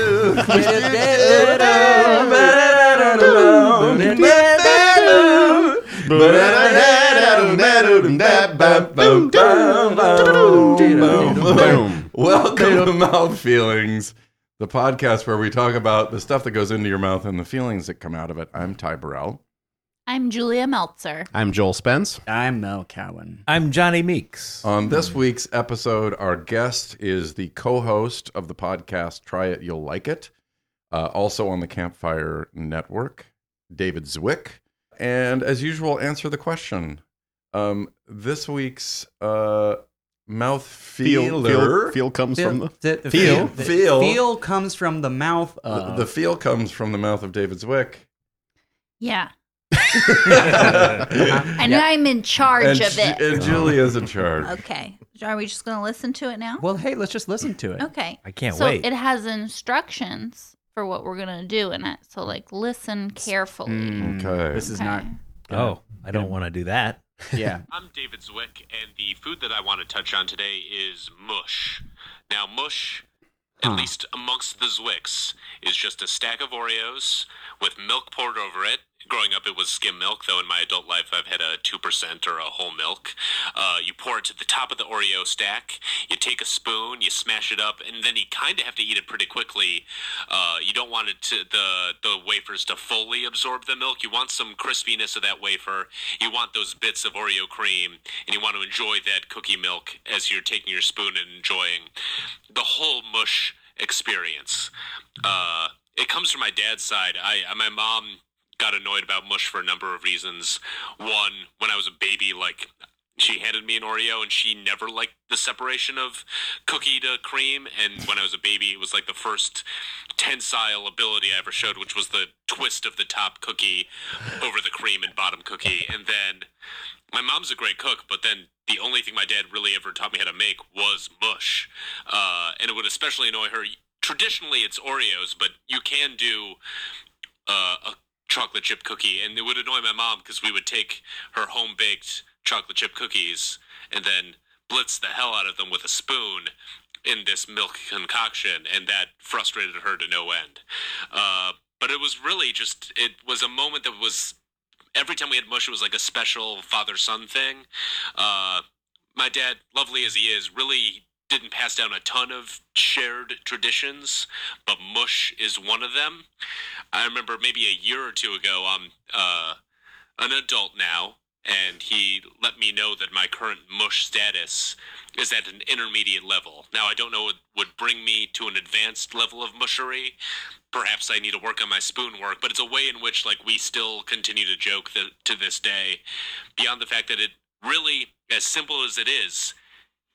do. Welcome to Mouth Feelings, the podcast where we talk about the stuff that goes into your mouth and the feelings that come out of it. I'm Ty Burrell. I'm Julia Meltzer. I'm Joel Spence. I'm Mel Cowan. I'm Johnny Meeks. On this week's episode, our guest is the co host of the podcast Try It, You'll Like It, uh, also on the Campfire Network, David Zwick. And as usual, answer the question. Um, this week's uh, mouth feeler. feel, feel comes from the. the, Feel. the Feel. feel comes from the mouth The, of Uh, the feel comes from the mouth of David Zwick. Yeah. and And I'm in charge of Ju- it. and Julia's in charge. Okay. Are we just going to listen to it now? well, hey, let's just listen to it. Okay. I can't so wait. it has instructions for what we're going to do in it. So, like, listen carefully. mm, Okay. This is not. oh, I don't want to do that. Yeah. I'm David Zwick, and the food that I want to touch on today is mush. Now, mush, at least amongst the Zwicks, is just a stack of Oreos with milk poured over it. Growing up, it was skim milk, though in my adult life, I've had a 2% or a whole milk. Uh, you pour it to the top of the Oreo stack, you take a spoon, you smash it up, and then you kind of have to eat it pretty quickly. Uh, you don't want it to, the, the wafers to fully absorb the milk. You want some crispiness of that wafer. You want those bits of Oreo cream, and you want to enjoy that cookie milk as you're taking your spoon and enjoying the whole mush experience. Uh, it comes from my dad's side. I, I my mom got annoyed about mush for a number of reasons. One, when I was a baby, like she handed me an Oreo and she never liked the separation of cookie to cream. And when I was a baby, it was like the first tensile ability I ever showed, which was the twist of the top cookie over the cream and bottom cookie. And then my mom's a great cook, but then the only thing my dad really ever taught me how to make was mush. Uh, and it would especially annoy her. Traditionally, it's Oreos, but you can do uh, a chocolate chip cookie, and it would annoy my mom because we would take her home baked chocolate chip cookies and then blitz the hell out of them with a spoon in this milk concoction, and that frustrated her to no end. Uh, but it was really just it was a moment that was every time we had mush, it was like a special father son thing. Uh, my dad, lovely as he is, really didn't pass down a ton of shared traditions, but mush is one of them. I remember maybe a year or two ago, I'm uh, an adult now, and he let me know that my current mush status is at an intermediate level. Now, I don't know what would bring me to an advanced level of mushery. Perhaps I need to work on my spoon work, but it's a way in which, like, we still continue to joke th- to this day, beyond the fact that it really, as simple as it is,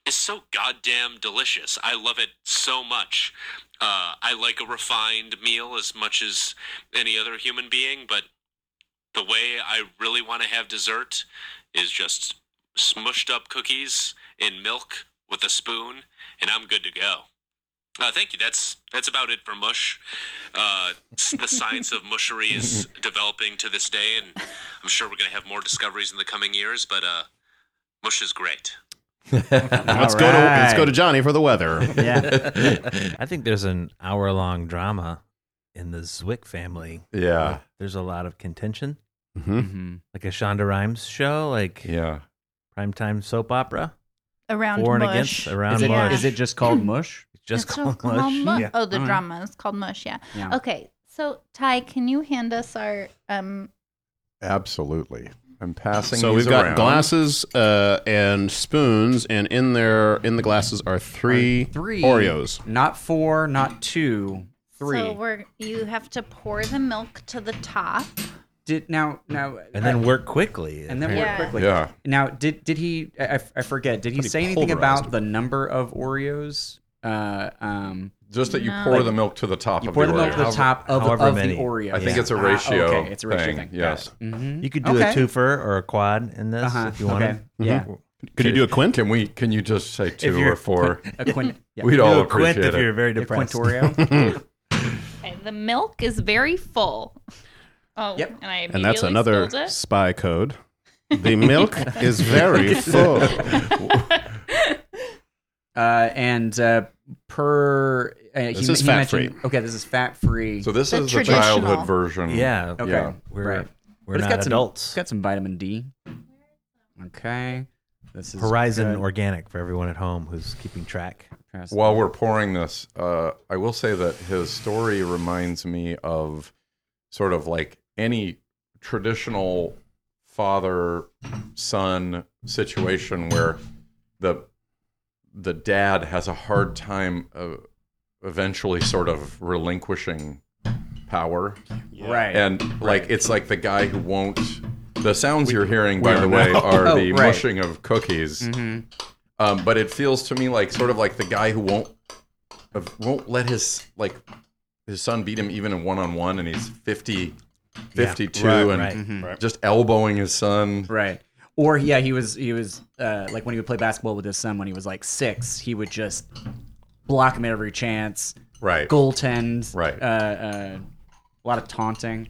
is so goddamn delicious. I love it so much. Uh, I like a refined meal as much as any other human being, but the way I really want to have dessert is just smushed up cookies in milk with a spoon, and I'm good to go. Uh, thank you. That's that's about it for mush. Uh, s- the science of mushery is developing to this day, and I'm sure we're going to have more discoveries in the coming years. But uh, mush is great. Let's go to let's go to Johnny for the weather. Yeah. I think there's an hour long drama in the Zwick family. Yeah. There's a lot of contention, hmm Mhm. like a Shonda Rhimes show, like Yeah. primetime soap opera, Around for and mush. against, around Is it, mush. is it just called mush? just It's called called mush? mu- Yeah. Oh, the All right. drama is called mush. Yeah. Yeah. Okay. So, Ty, can you hand us our um, Absolutely. I'm passing. So these we've got around. glasses uh, and spoons, and in there in the glasses are three, Three Oreos. Not four. Not two. Three. So we're you have to pour the milk to the top. did now now uh, and then work quickly. and then apparently. work Yeah. quickly. Yeah. Now, did did he? I, I- I forget. Did he Pretty say anything pulverized. about the number of Oreos? Uh, um, Just that you No. pour the milk to the top you of pour the them Oreo. over the However- top of, however of the many. Oreo. I think it's a Ah, ratio. okay, it's a ratio thing. thing. Got Yes. it. Mhm. you could do Okay. a twofer or a quad in this Uh-huh. if you want. Okay. to. Yeah. Mm-hmm. Could you do a quint? Can we? Can you just say two you're- or four? A quint. Yeah. We'd Do all a quint appreciate if it. you're very A quint depressed. Oreo. Okay, the milk is very full. Oh, Yep. and I And that's immediately another spilled it. spy code. The milk is very full. Uh, and uh, per uh, he, This is he fat-free. mentioned- Okay, this is fat free. So this The is the traditional. childhood version. Yeah. okay, yeah, We're, right. we're it's not got some- adults. It's got some vitamin D. Okay, this is Horizon good. Organic for everyone at home who's keeping track. Press- While we're pouring this, uh, I will say that his story reminds me of sort of like any traditional father son situation where the the dad has a hard time uh, eventually sort of relinquishing power right. and like it's like the guy who won't the sounds you're hearing by we the are way now. are Oh, the right. mushing of cookies Mhm. um, but it feels to me like sort of like the guy who won't uh, won't let his like his son beat him even in one on one, and he's 50, 52 right, and right. Mhm. Right. just elbowing his son. Right. Or yeah, he was he was uh, like when he would play basketball with his son when he was like six, he would just block him at every chance, Right, goaltend, Right. Uh, uh, a lot of taunting.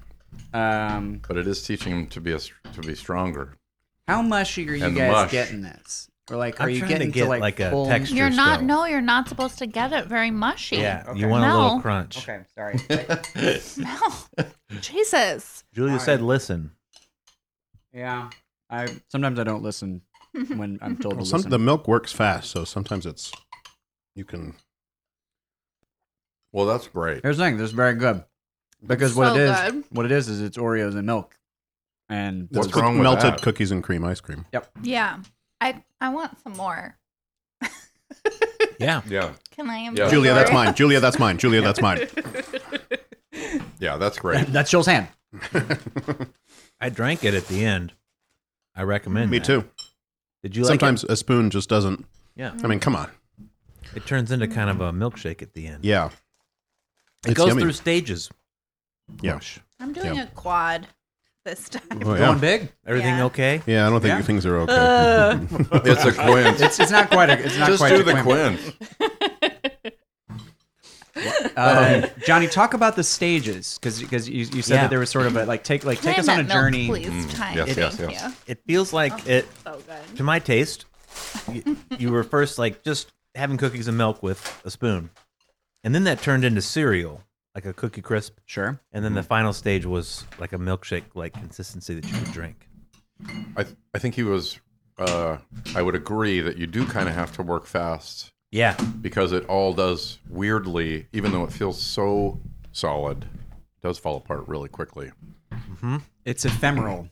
Um, but it is teaching him to be a, str- to be stronger. how mushy are you And the guys mush. getting this? Or like, are I'm you trying to getting get, like, like, a full- texture. You're not. still. No, you're not supposed to get it very mushy. Yeah. Okay. You want a little No. crunch. Okay, sorry. No. Jesus. Julia All said, listen. yeah, I sometimes I don't listen when I'm told Well, to some, listen. the milk works fast, so sometimes it's you can. Well, that's great. Here's the thing: this is very good because so what it is, good. what it is, is it's Oreos and milk, and What's it's with wrong with melted that? cookies and cream ice cream? Yeah. I I want some more. Yeah. Yeah, Can I? have Yeah. some Julia, that's more? mine. Julia, that's mine. Julia, that's mine. yeah, that's great. that's Joel's hand. I drank it at the end. I recommend Me that. too. Did you like Sometimes a spoon just doesn't. it? Yeah. I mean, come on. It turns into kind of a milkshake at the end. Yeah. It It's goes yummy. through stages. Yeah. I'm doing Yeah. a quad this time. Oh, Going yeah. big. Everything Yeah. okay? yeah, I don't think Yeah. things are okay. It's a quince. It's, it's not quite a. It's not just quite do a the quimp. quince. Uh, Johnny, talk about the stages because you, you said Yeah. that there was sort of a like take like take Can I us have on a that milk, journey. please. Time. yes, yes, Thank yes. you. It feels Oh. like it So good. to my taste, you, you were first like just having cookies and milk with a spoon, and then that turned into cereal, like a cookie crisp, Sure. and then the final stage was like a milkshake like consistency that you could drink. I th- I think he was. Uh, I would agree that you do kind of have to work fast Yeah, because it all does weirdly, even though it feels so solid, it does fall apart really quickly. It's ephemeral.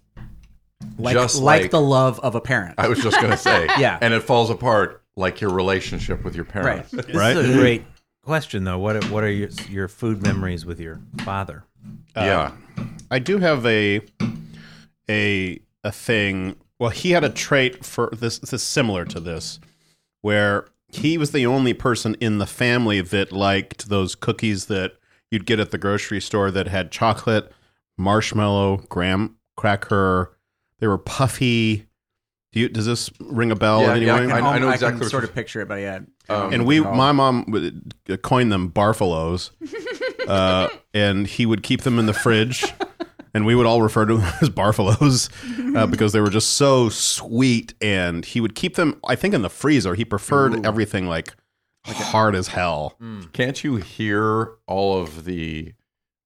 Like, Just like, like- the love of a parent. I was just gonna say, Yeah. and it falls apart like your relationship with your right. parents. this Right? is a great question though. What are, what are your your food memories with your father? Yeah, I do have a a a thing. Well, he had a trait for this this is similar to this where he was the only person in the family that liked those cookies that you'd get at the grocery store that had chocolate, marshmallow, graham cracker. They were puffy. Do you, does this ring a bell Yeah, anyway? yeah, I, can I- I know almo- I can exactly what sort you- of picture it, but yeah. Um, and we, my mom would- coined them barfalos, uh, and he would keep them in the fridge, and we would all refer to them as barfalos uh, because they were just so sweet. And he would keep them, I think, in the freezer. He preferred everything like hard as hell. can't you hear all of the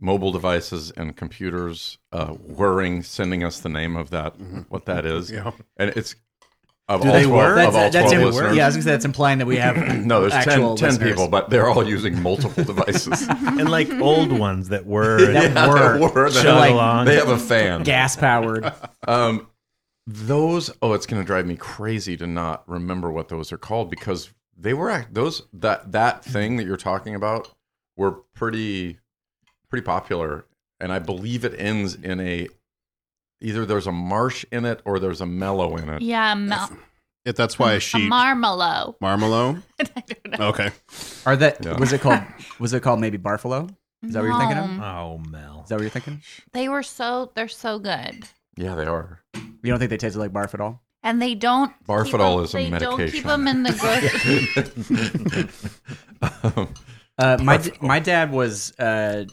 mobile devices and computers uh, whirring, sending us the name of that, what that is? Yeah. and it's of Do all they twelve. work? That's, of all that's 12 in- listeners. yeah, I was gonna say that's implying that we have No, there's 10, actual 10 listeners. people, but they're all using multiple devices. And like old ones that were That Yeah, were they were. They chug have- like, along. They have a fan. gas powered. Um, those. Oh, it's going to drive me crazy to not remember what those are called because they were act- those that that thing that you're talking about were pretty pretty popular, and I believe it ends in a either there's a marsh in it or there's a mellow in it. Yeah, mel- It, that's why a she marmallow. marmallow. Okay, Are that Yeah. was it called? Was it called maybe Barfalo? Is that what you're thinking of? No. Oh Mel, Is that what you're thinking? They were so they're so good, Yeah, they are. You don't think they tasted like barf at all? and they don't keep 'em- Barfadol is a They don't keep medication. them in the grocery. Um, Uh, my d- my dad was uh,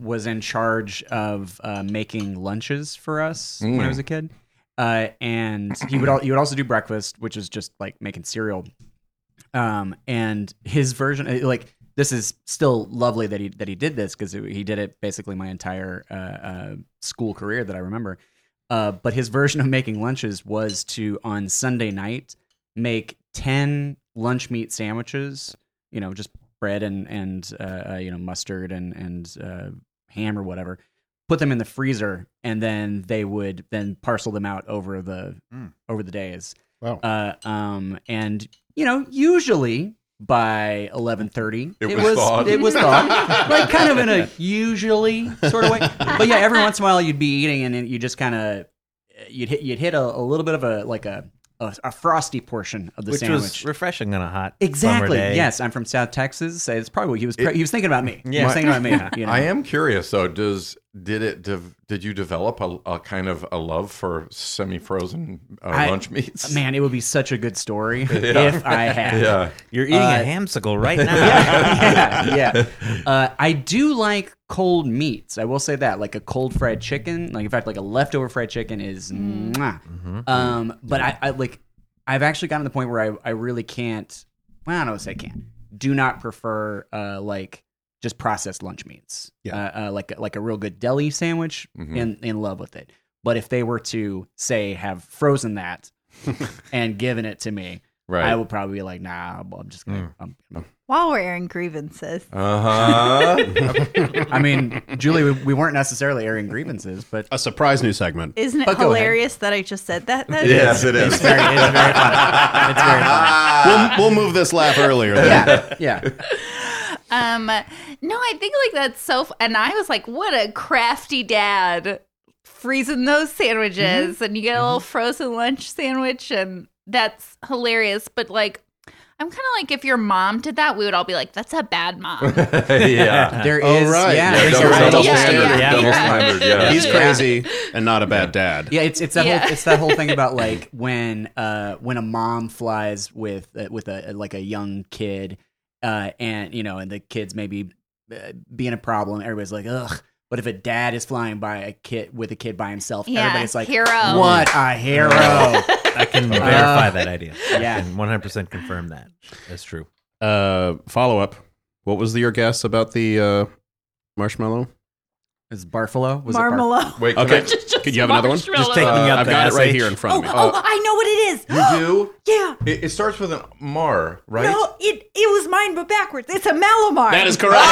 was in charge of uh, making lunches for us when I was a kid, uh, and he would al- he would also do breakfast, which is just like making cereal. um, and his version uh, like this is still lovely that he that he did this because he did it basically my entire uh, uh, school career that I remember. Uh, but his version of making lunches was to on Sunday night make ten lunch meat sandwiches. You know, just bread and and uh, uh, you know mustard and and uh, ham or whatever. Put them in the freezer, and then they would then parcel them out over the Mm. over the days Wow. uh, um, and you know, usually by eleven thirty, It was thawed. it was thawed, like kind of in a usually sort of way. But yeah, every once in a while you'd be eating, and then you just kind of you'd hit you'd hit a, a little bit of a like a a, a frosty portion of the which sandwich. was refreshing on a hot Exactly. Summer day. Yes, I'm from South Texas. So it's probably what he was. pre- he was thinking about me. He Yeah. was thinking about me. You know? I am curious though. Does did it dev, did you develop a, a kind of a love for semi frozen uh, I- lunch meats? Man, it would be such a good story if I had. yeah, You're eating Uh, a hamsicle right now. yeah, yeah. Uh, I do like cold meats. I will say that, like a cold fried chicken. Like in fact, like a leftover fried chicken is. Mwah. Um, but I, I like. I've actually gotten to the point where I, I really can't. Well, I don't say can't. Do not prefer uh, like just processed lunch meats. Yeah. Uh, uh, like like a real good deli sandwich. Mhm. In in love with it. But if they were to say have frozen that and given it to me, I right. would probably be like, nah, I'm just gonna. I'm, I'm While we're airing grievances, Uh huh. I mean, Julie, we, we weren't necessarily airing grievances, but A surprise new segment. isn't it But go ahead. hilarious that I just said that? That yes, it it's is. very, it's very funny. It's very funny. We'll, we'll move this laugh earlier. then. Yeah, yeah. Um, no, I think like that's so. F- and I was like, what a crafty dad freezing those sandwiches, and you get a little frozen lunch sandwich, and that's hilarious. But like, I'm kind of like, if your mom did that, we would all be like, that's a bad mom. yeah. There is. Oh, right. Yeah, Yeah, I think double you're right. double Yeah, standard. yeah, Double yeah. standard. Yeah. He's crazy and not a bad dad. Yeah, it's it's that Yeah. whole it's that whole thing about like when uh when a mom flies with uh, with a like a young kid, uh and you know and the kids maybe uh, being a problem. Everybody's like ugh. But if a dad is flying by a kid with a kid by himself, Yeah, everybody's like hero. What a hero! I can verify that idea. yeah. I can 100% confirm that. That's true. Uh, follow up. What was the, your guess about the uh, marshmallow? is Barfalo? Was it Barf- Marmalade. Wait. Can Okay. I- Could you have another one? Just taking Uh, up I've the got it right SH. here in front Oh, of me. oh, I know what it is. you do. yeah. It, it starts with an Mar, right? No, it it was mine, but backwards. It's a Malamar. That is correct.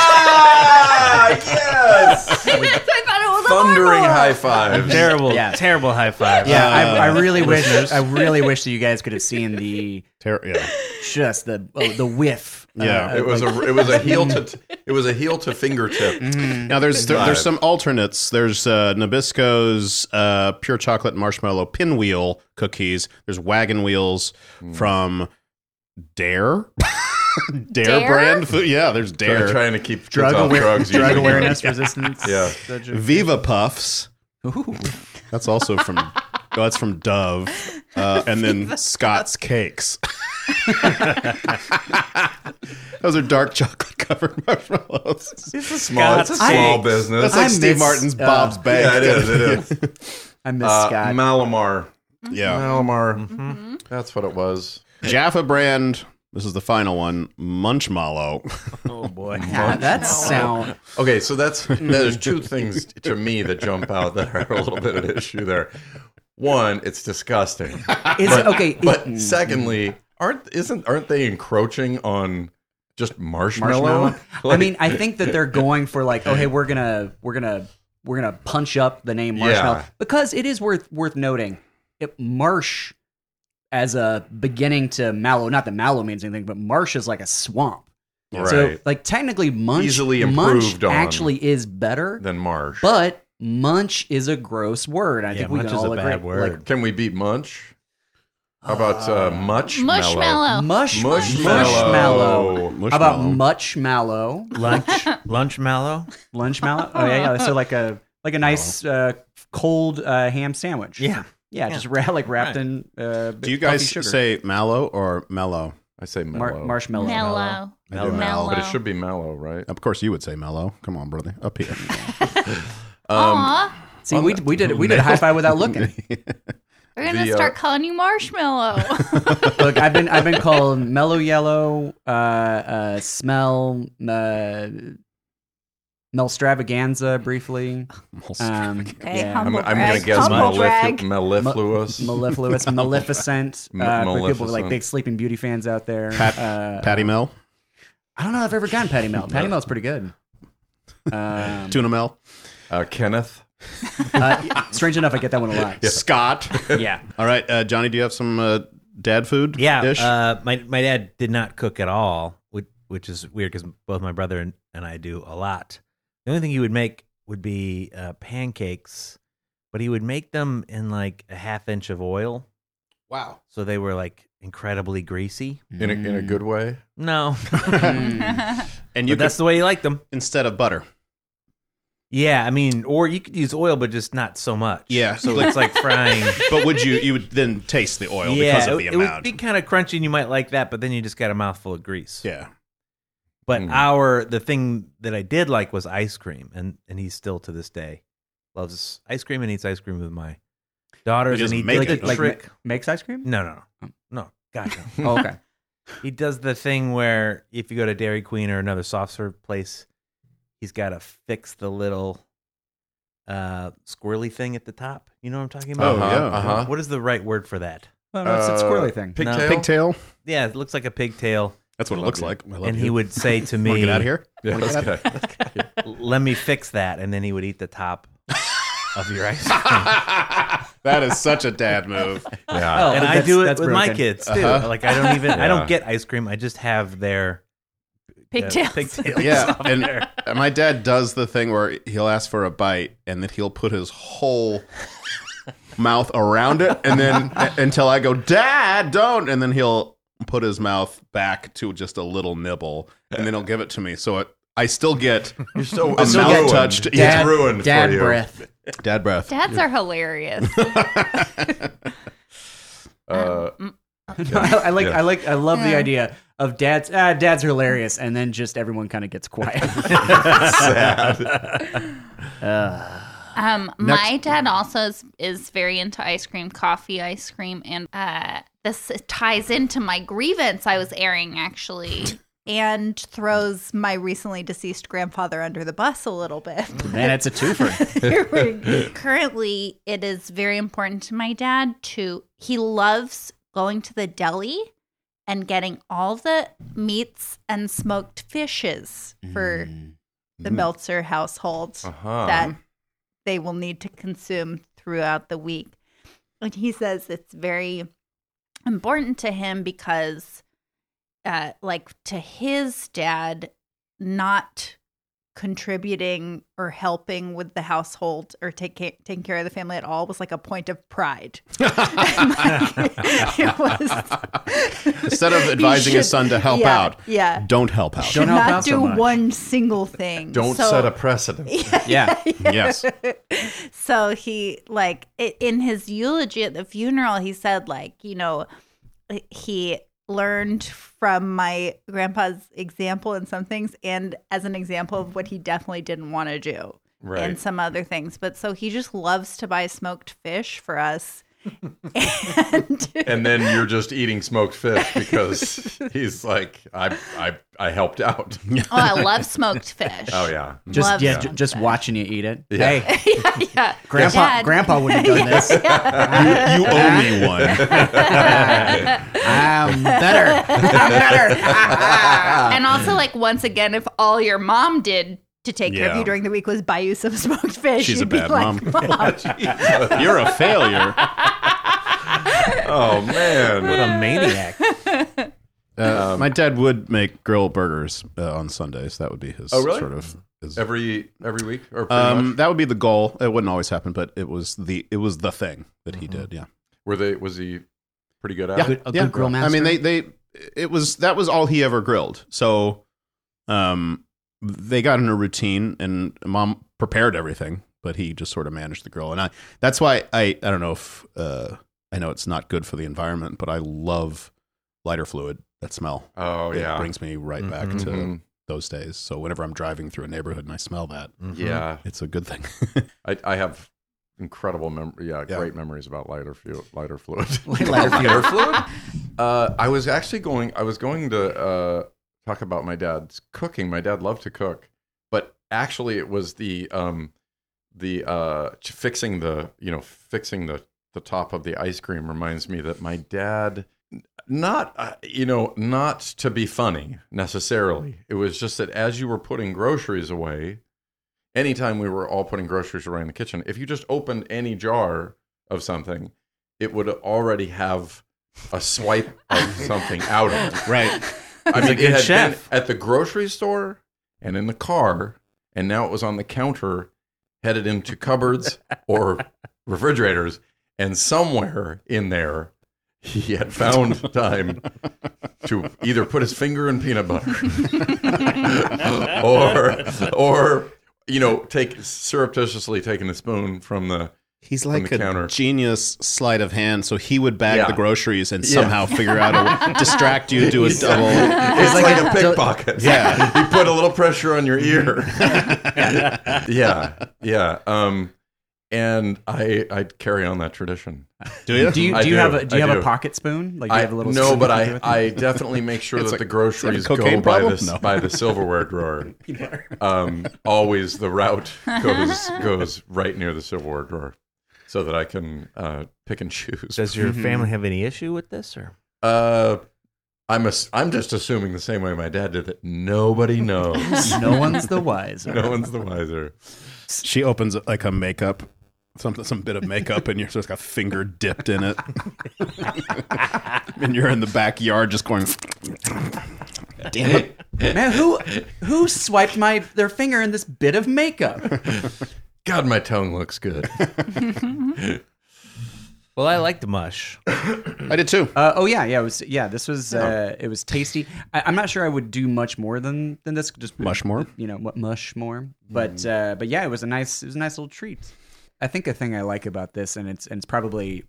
Ah, yes. I thought it was Thundering high fives. Terrible, Yeah. terrible high five. Yeah, I, Uh, I really wish I really wish that you guys could have seen the Ter- yeah. just the oh, the whiff. uh, Yeah. It was like- Mm-hmm. a it was a heel to t- it was a heel to fingertip. Now there's there, Five. there's some alternates. There's uh, Nabisco's uh, pure chocolate marshmallow pinwheel cookies. There's wagon wheels from Dare. Dare, Dare? brand food. Yeah, there's Dare. Try- Trying to keep kids drug, off aware- drugs. drug using- awareness resistance. Yeah. Viva Puffs. Ooh. That's also from oh, that's from Dove. Uh, and then Scott's Cakes. Those are dark chocolate covered marshmallows. Small, it's a small I- business. That's like I Steve miss, Martin's uh, Bob's Bank. yeah, it is. It is. I miss Uh, Scott. Mm-hmm. Malamar. yeah. Malamar. That's what it was. Jaffa brand. This is the final one. Munchmallow. Oh, boy. yeah, that sound. Okay, so that's there's two things to me that jump out that are a little bit of an issue there. One, it's disgusting. It's okay. it- But mm, secondly, aren't isn't aren't they encroaching on just marshmallow? marshmallow. I Like- mean, I think that they're going for like, oh hey, we're gonna we're gonna we're gonna punch up the name marshmallow Yeah. because it is worth worth noting. It marsh as a beginning to mallow. Not that mallow means anything, but marsh is like a swamp. So right. like technically munch Easily munch improved on. actually is better, Then marsh. but munch is a gross word. I Yeah, think we munch can is all a agree. bad word. Like, Can we beat munch? How about uh, much Mushmallow. Mush, Mushmallow. mushmallow. How about much mallow? Lunch, lunch mallow. Lunch mallow? Oh yeah, yeah. So like a like a nice uh, cold uh, ham sandwich. yeah, just ra- like wrapped Right. in. Uh, Do you coffee guys sugar. say mallow or mellow? I say mellow. Mar- marshmallow? Mellow. I do Mellow. But it should be mellow, right? Of course, you would say mellow. Come on, brother, up here. Aw. Um, See, we, we did it. We did a high five without looking. We're gonna The, uh, start calling you Marshmallow. Look, I've been I've been called mellow yellow, uh, uh, smell, uh, melstravaganza briefly. Um, Okay, yeah. humble I'm, I'm brag. going to guess Humble malef- brag. mellifluous. Mellifluous, Maleficent, M- uh, for people with, like Maleficent. big Sleeping Beauty fans out there. Pat- uh, Patty Mel, I don't know. if I've ever gotten Patty Mel. Patty Mel's pretty good. Um, Tuna Mel, uh, Kenneth. uh, strange enough, I get that one a lot. Scott. Yeah. All right, uh, Johnny, do you have some uh, dad food? Yeah, dish? uh, my my dad did not cook at all, which which is weird because both my brother and, and I do a lot. The only thing he would make would be uh, pancakes, but he would make them in like a half inch of oil, wow. so they were like incredibly greasy. In a, in a good way. No, Mm. And you but could, that's the way he liked them. instead of butter. Yeah, I mean, or you could use oil, but just not so much. Yeah. so it's like frying. But would you? You would then taste the oil yeah, because of the it, it would amount. be kind of crunchy, and you might like that, but then you just got a mouthful of grease. yeah. Mm-hmm. But Mm. our the thing that I did like was ice cream, and and he still to this day loves ice cream and eats ice cream with my daughters. He and he doesn't make did it, the though. trick. ma- makes ice cream? no, no, no, no. God, no. Oh, okay. he does the thing where if you go to Dairy Queen or another soft serve place, he's got to fix the little uh squirrely thing at the top. You know what I'm talking about? Oh, yeah. Uh-huh. What is the right word for that? Well, that's Uh, a squirrely thing. Pigtail? No. Pigtail. Yeah, it looks like a pigtail, That's what it Love looks you. like. I love and you. he would say to me, Wanna get out of here. Yeah, Wanna get that's out- good. let me fix that and then he would eat the top of your Oh, ice cream that is such a dad move. Yeah. and i that's- do it with that's my broken. kids too Uh-huh. like i don't even i Yeah. don't get ice cream i just have their uh, Pigtails. pigtails Yeah, on and there. and my dad does the thing where he'll ask for a bite, and then he'll put his whole mouth around it, and then until I go, Dad, don't, and then he'll put his mouth back to just a little nibble, and then he'll give it to me. So it, I still get You're so a so mouth ruined. touched. It's Yeah. ruined Dad for you. breath. dad breath. Dads are hilarious. Uh, I, I like. Yeah. I like. I love the Yeah. idea of dad's. Ah, dad's hilarious, and then just everyone kind of gets quiet. Um, my dad also is, is very into ice cream, coffee ice cream, and uh, this ties into my grievance I was airing actually. and throws my recently deceased grandfather under the bus a little bit. Man, it's a twofer. Currently, it is very important to my dad to he loves going to the deli and getting all the meats and smoked fishes for the Meltzer household uh-huh. that they will need to consume throughout the week. And he says it's very important to him because, uh, like, to his dad, not contributing or helping with the household or take, ca- taking care of the family at all was like a point of pride. Like, it was, Instead of You advising his should- son to help yeah, out, Yeah. don't help out. Don't Should help not out so do much. one single thing. Don't So- set a precedent. yeah. Yes. so he like i- in his eulogy at the funeral he said like you know he learned from my grandpa's example in some things and as an example of what he definitely didn't want to do Right. and some other things but so he just loves to buy smoked fish for us and and then you're just eating smoked fish because he's like, I I I helped out. Oh, I love smoked fish. Oh yeah. Just Love yeah. it. ju- just watching you eat it. Yeah. Hey, yeah, yeah. grandpa. Dad. Grandpa wouldn't have done this. You owe me one. I'm better. I'm better. and also, like once again, if all your mom did to take care of Yeah. you during the week was buy you some smoked fish She's a you'd be bad like, mom. You're a failure. Oh what man. a maniac Uh, my dad would make grill burgers uh, on Sundays. That would be his Oh, really? sort of. His, Every every week or pretty um, much. that would be the goal. It wouldn't always happen, but it was the it was the thing that he did. Yeah, Were they was he pretty good at yeah, it? Mm-hmm. a good yeah. grill I mean, master? they they it was that was all he ever grilled. So, um, they got in a routine, and mom prepared everything, but he just sort of managed the grill. And I that's why I I don't know if uh, I know it's not good for the environment, but I love lighter fluid. That smell. Oh It yeah. brings me right back Mhm. to Mhm. those days. So whenever I'm driving through a neighborhood and I smell that, Mhm. Yeah. it's a good thing. I, I have incredible mem- yeah, Yeah. great memories about lighter fuel, lighter fluid. Lighter fuel. lighter fluid. Uh, I was actually going. I was going to uh, talk about my dad's cooking. My dad loved to cook, but actually, it was the um, the uh, ch- fixing the you know fixing the the top of the ice cream reminds me that my dad not uh, you know not to be funny necessarily it was just that as you were putting groceries away anytime we were all putting groceries away in the kitchen if you just opened any jar of something it would already have a swipe of something out of it Right. i He's a mean good it had chef. been at the grocery store and in the car and now it was on the counter headed into cupboards or refrigerators and somewhere in there he had found time to either put his finger in peanut butter or or you know take surreptitiously taking a spoon from the He's the like a counter. genius sleight of hand. So he would bag Yeah. the groceries and somehow figure out a distract you, do a It's double. it's like like, a a pickpocket Yeah. you put a little pressure on your ear yeah yeah um and i i'd carry on that tradition Do you? Do you I do you do. have a do you I have a do. pocket spoon? Like do you I, have a little no, spoon but you I, can I definitely make sure It's that a- the groceries it's a go cocaine by problem? the No. by the silverware drawer. um, always the route goes goes right near the silverware drawer, so that I can uh, pick and choose. Does your Mm-hmm. Mhm. family have any issue with this? Or Uh, I'm ass- I'm just assuming the same way my dad did that nobody knows. no one's the wiser. no one's the wiser. She opens like a makeup, something, some bit of makeup, and you're just got a finger dipped in it, and you're in the backyard just going. Damn it! Man, who who swiped my their finger in this bit of makeup? God, my tongue looks good. well, I like the mush. I did too. Uh, oh yeah, yeah. It was yeah. This was Oh. uh, it was tasty. I, I'm not sure I would do much more than than this. Just Mush more? you know, mu- mush more. But Mm-hmm. uh, but yeah, it was a nice it was a nice little treat. I think a thing I like about this, and it's and it's probably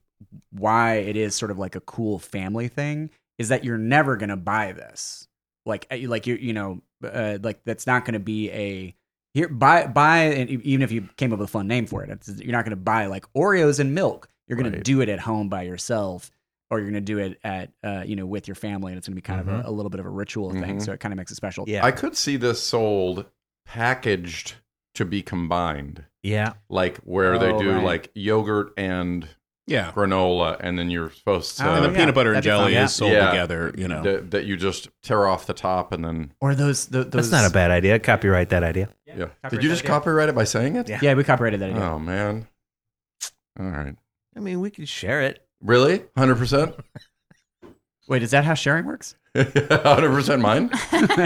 why it is sort of like a cool family thing, is that you're never gonna buy this. Like uh, like you you know uh, like that's not gonna be a here buy buy and e- even if you came up with a fun name for it, it's, you're not gonna buy like Oreos and milk. You're gonna Right. do it at home by yourself or you're going to do it at uh, you know with your family and it's going to be kind of a, a little bit of a ritual thing Mhm. so it kind of makes it special Mm-hmm. Yeah, I could see this sold packaged to be combined, yeah. like where they Oh, do right. like yogurt and Yeah, granola, and then you're supposed to. Oh, and Ah, the yeah. peanut butter and That'd be fun, jelly yeah. is sold Uh, Yeah. together. You know, that, that you just tear off the top and then or those, tho- That's those not a bad idea. Copyright that idea. yeah. Did Copyright you just that, yeah. copyright it by saying it? Yeah. yeah we copyrighted that idea. Oh man. All right. I mean, we could share it. Really? Hundred percent? wait is that how sharing works Hundred percent mine?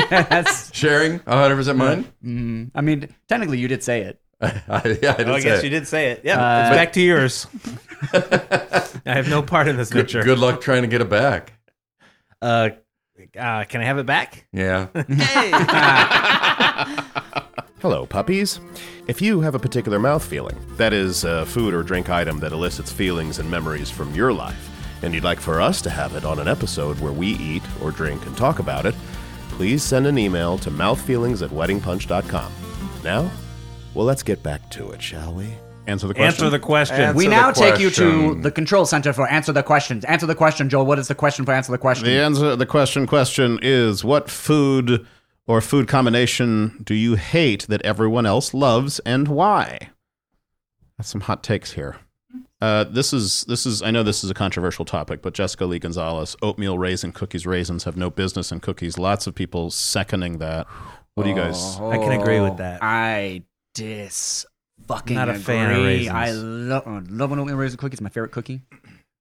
that's Sharing? hundred percent mine? mm, i mean technically you did say it I, yeah, I did oh, I say guess you it. did say it. Yeah, Uh, it's back to yours. I have no part in this Good, picture. good luck trying to get it back. Uh, uh, can I have it back? Yeah. Hello, puppies. If you have a particular mouth feeling, that is, a food or drink item that elicits feelings and memories from your life, and you'd like for us to have it on an episode where we eat or drink and talk about it, please send an email to mouthfeelings at weddingpunch.com. Now, well, let's get back to it, shall we? answer the question. Answer the question. Answer we the now take you to question. the control center for answer the questions answer the question joel what is the question for answer the question The answer the question question is what food or food combination do you hate that everyone else loves and why? That's some hot takes here. Uh, this is this is I know this is a controversial topic, but Jessica Lee Gonzalez, oatmeal raisin cookies raisins have no business in cookies. Lots of people seconding that. What do you guys? Oh. I can agree with that. Oh, i dis fucking Not a fan of agree. raisins. i lo- I love an oatmeal raisin cookie it's my favorite cookie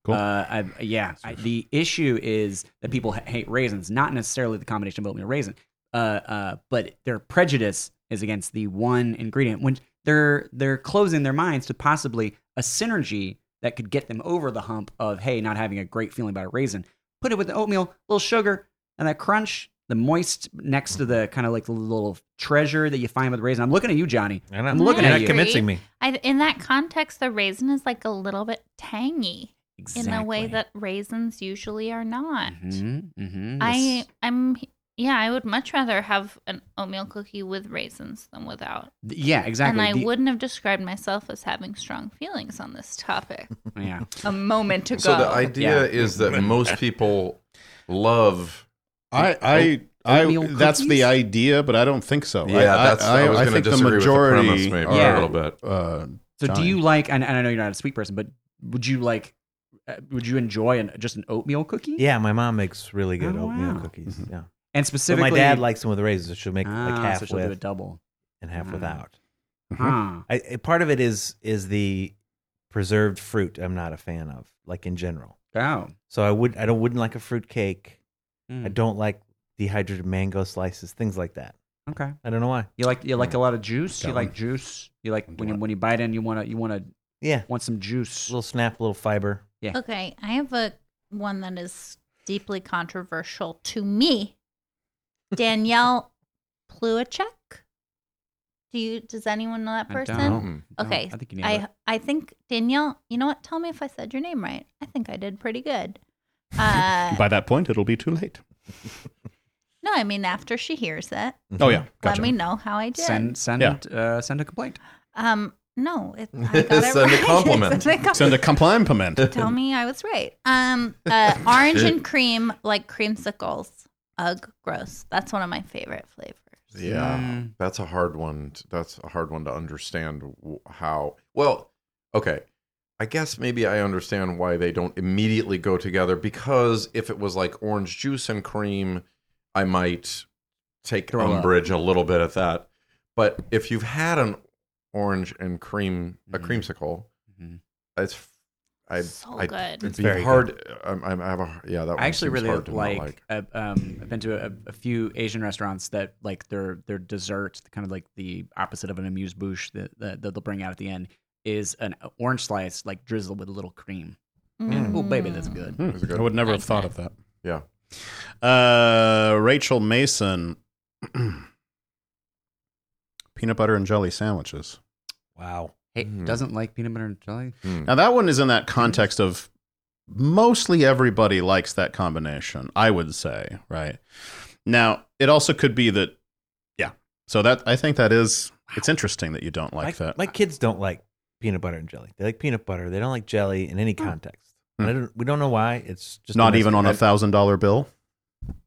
Cool. Uh, I, yeah. I, the issue is that people ha- hate raisins, not necessarily the combination of oatmeal and raisin, uh, uh, but their prejudice is against the one ingredient. When they're they're closing their minds to possibly a synergy that could get them over the hump of hey, not having a great feeling about a raisin. Put it with the oatmeal, a little sugar, and that crunch. The moist next to the kind of like the little treasure that you find with raisin. I'm looking at you, Johnny. I know. I'm looking You're at not you. convincing me. I, in that context, the raisin is like a little bit tangy in a way Exactly. Mm-hmm. that raisins usually are not. Mhm, mhm. I This- I'm Yeah, I would much rather have an oatmeal cookie with raisins than without. Yeah, exactly. And I The- wouldn't have described myself as having strong feelings on this topic Yeah. a moment ago. So the idea Yeah. is that most people love. I, I, I Oatmeal that's cookies? the idea, but I don't think so. Yeah, that's. I, was going to disagree with the premise maybe Yeah. a little bit. uh, So do Johnny. you like? And, and I know you're not a sweet person, but would you like? uh, Would you enjoy an, just an oatmeal cookie? Yeah, my mom makes really good Oh, oatmeal wow. cookies. Yeah, and but specifically, my dad likes them with raisins, so she'll make like Ah, half so she'll do a with Mm-hmm. double. and half Ah. without. Huh. I, I- part of it is is the preserved fruit. I'm not a fan of, like in general. Oh, So I would I don't wouldn't like a fruit cake. I Mm. don't like dehydrated mango slices, things like that. okay. I don't know why. You like you like a lot of juice. You Don't. like juice. You like when you when you bite in, you wanna you wanna Yeah, want some juice. little snap, little fiber. Okay, I have a one that is deeply controversial to me. Danielle Pluacek. Do you does anyone know that I don't- person? Hmm. I don't. Okay, Oh, I think you need. I I think Danielle, you know what? Tell me if I said your name right. I think I did pretty good. Uh, by that point, it'll be too late. no, I mean after she hears it, Mm-hmm. Oh yeah, gotcha. let me know how I did. send send Yeah. uh, send a complaint. um, no, it, I got it Send a right. compliment. Send a compliment. Send a compliment. Tell me I was right. Um, uh, orange and cream like creamsicles. Ugh, gross. That's one of my favorite flavors. Yeah, Mm. that's a hard one. t- that's a hard one to understand w- how. Well, okay. I guess maybe I understand why they don't immediately go together because if it was like orange juice and cream, I might take Throw up. umbrage a little bit at that. But if you've had an orange and cream, a Mhm. creamsicle, Mm-hmm. Mhm. it's f- I So I- good. It'd It's be very hard. I'm, I'm, I have a yeah. That one I actually seems really hard to not like. like. uh, um, I've been to a, a few Asian restaurants that like their their dessert, kind of like the opposite of an amuse bouche that, that that they'll bring out at the end, is an orange slice like drizzled with a little cream. And, oh, baby, that's Mm. good. Hmm, It was a good- I would never have Like thought that. of that. Yeah. Uh, Rachel Mason, peanut butter and jelly sandwiches. Wow. Hey, Mm. doesn't like peanut butter and jelly. Hmm. Now that one is in that context of mostly everybody likes that combination. I would say, right? Now it also could be that, yeah. So that I think that is. It's interesting that you don't like my, that. My kids don't like peanut butter and jelly. They like peanut butter. They don't like jelly in any context. Hmm. I don't, we don't know why. It's just Not even on a a. thousand dollar bill.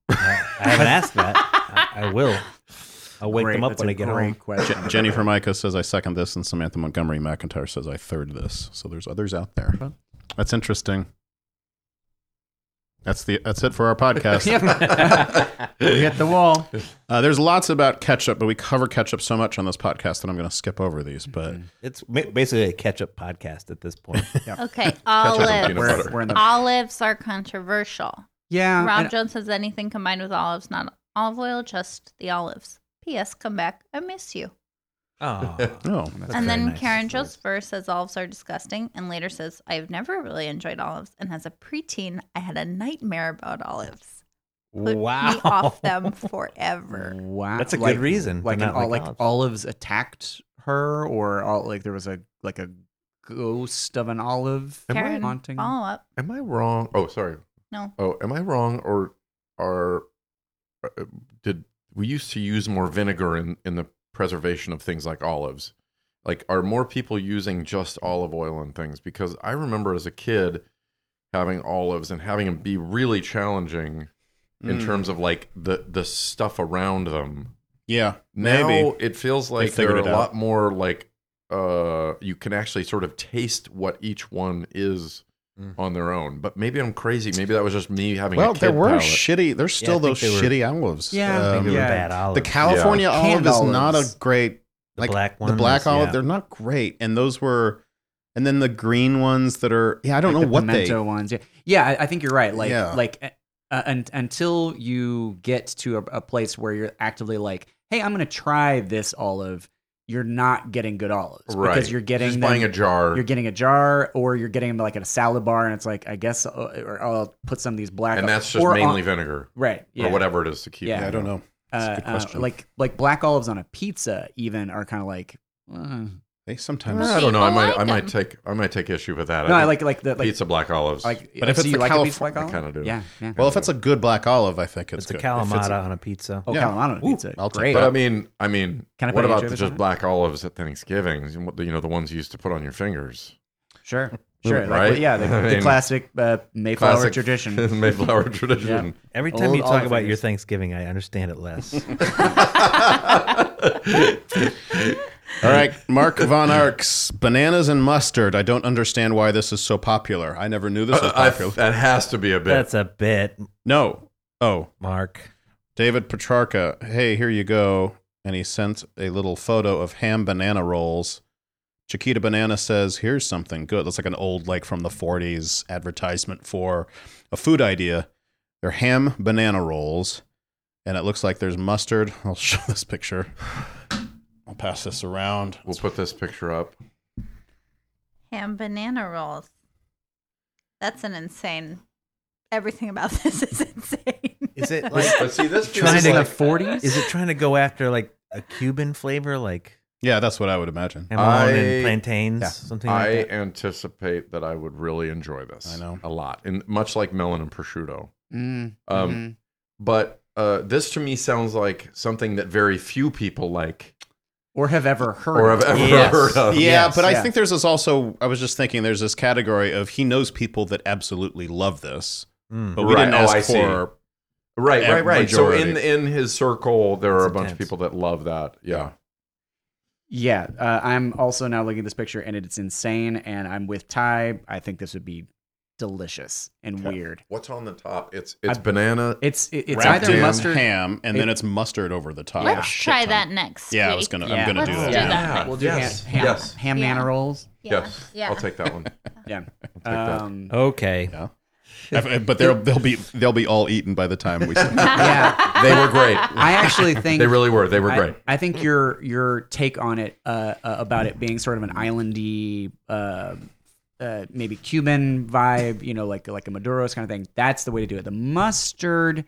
I haven't asked that. I, I will. I'll wake them up that's when a I get great home. Question. Jenny Formica says I second this, and Samantha Montgomery McIntyre says I third this. So there's others out there. That's interesting. That's the that's it for our podcast. we hit the wall. uh, there's lots about ketchup, but we cover ketchup so much on this podcast that I'm going to skip over these. But Mm. It's ma- basically a catch-up podcast at this point. Okay, and olives. peanut We're, butter. we're in the Olives are controversial. yeah. Rob Oh, and- Jones says anything combined with olives, not olive oil, just the olives. P.S. Come back. I miss you. Oh, oh, and very then nice. Karen That's Joseph first says olives are disgusting, and later says I've never really enjoyed olives, and as a preteen I had a nightmare about olives. Put me off them forever. Wow, That's a good Like- mm, reason to Like, an, not like, like olives. olives. attacked her, or all, like there was a like a ghost of an olive Am I Karen, haunting. follow up. Am I wrong? Oh, sorry. No. Oh, am I wrong or are uh, did we used to use more vinegar in in the preservation of things like olives? Like are more people using just olive oil and things because I remember as a kid having olives and having them be really challenging in Mm. terms of like the the stuff around them. yeah, Now maybe it feels like there figured are a it lot out. more like uh you can actually sort of taste what each one is Mm. on their own. But maybe I'm crazy. Maybe that was just me having Well, a kid there were palate. shitty. There's Yeah, I still think those they were- shitty olives. Um, Yeah, I I think they were Yeah. bad olives. the California olive Canned is not olives. a great. The like, black the black ones, olive yeah. they're not great and those were and then the green ones that are yeah i don't Like know the what pimento they ones. Yeah, yeah, I, I think you're right. Like Yeah. like uh, uh, un- until you get to a, a place where you're actively like, hey, I'm gonna try this olive. You're not getting good olives right. because you're getting just them- buying a jar. You're getting a jar, or you're getting them like at a salad bar, and it's like, I guess, uh, or I'll put some of these black. and that's just or on- mainly vinegar right, yeah. or whatever it is to keep. Yeah. it. yeah, i don't know That's a Uh, good uh, question. like like black olives on a pizza, even are kind of like, uh, They sometimes. I don't know. I People might, like I might them. take, I might take issue with that. No, I I think like like the like pizza black olives. like. But if so it's you the like a pizza Calif- like olive? I kinda do. Yeah, yeah. Well, if it's a good black olive, I think it's, It's a good. If Kalamata on a pizza. oh, yeah. Calamano Ooh, pizza, I'll take great. but I mean, I mean, Can I put what about anchovies the on just it? black olives at Thanksgiving? And what the- You know, the ones you used to put on your fingers. Sure, sure. Like, Right? yeah, the, I the mean, classic uh, Mayflower Classic tradition. Mm-hmm. Mayflower tradition. Every time Old you talk olive about your leaves. Thanksgiving, I understand it less. All right, Mark Von Ark's bananas and mustard. I don't understand why this is so popular. I never knew this was Uh, I- popular. that has to be a bit. That's a bit, no. Oh, Mark. David Petrarca. Hey, here you go. And he sent a little photo of ham banana rolls. Chiquita Banana says, "Here's something good." That's like an old, like from the '40s advertisement for a food idea. They're ham banana rolls, and it looks like there's mustard. I'll show this picture. I'll pass this around. we'll put this picture up. Ham banana rolls. That's an insane. Everything about this is insane. Is it like But see, this Trying feels to- like- forties. is it trying to go after like a Cuban flavor, like Yeah, that's what I would imagine. hamon I- and plantains, Yeah. something like I that? anticipate that I would really enjoy this. I know. a lot, and much like melon and prosciutto. Mm, Um, mhm. But uh, this to me sounds like something that very few people like or have ever heard. or have of. ever Yes. heard of. Yeah, uh, Yes, but I yeah. think there's this also. I was just thinking there's this category of he knows people that absolutely love this, Mm. but we Right. didn't Oh, ask I see. for. Right, Yeah, right, right. So in majority. in his circle, there It's are a bunch of intense. people that love that. Yeah, Yeah, uh, I'm also now looking at this picture, and it's insane. And I'm with Ty. I think this would be delicious and weird. What's on the top? It's it's I- banana. It's it, it's wrapped either in mustard. ham, and then it's mustard over the top. Let's Shit try ton. that next. Yeah, I week. was gonna. Yeah. I'm gonna do Let's that. do yeah. that. Yeah. We'll do Yes, ham, ham, yes. ham nana Yeah. rolls. Yeah. Yes, Yeah. I'll take that one. Yeah. that. Um, Okay. Uh, But they'll they'll be they'll be all eaten by the time we. yeah, They were great. I actually think They really were. They were I, great. I think your your take on it uh, uh, about it being sort of an islandy, uh, uh, maybe Cuban vibe, you know, like like a Maduro's kind of thing. That's the way to do it. The mustard,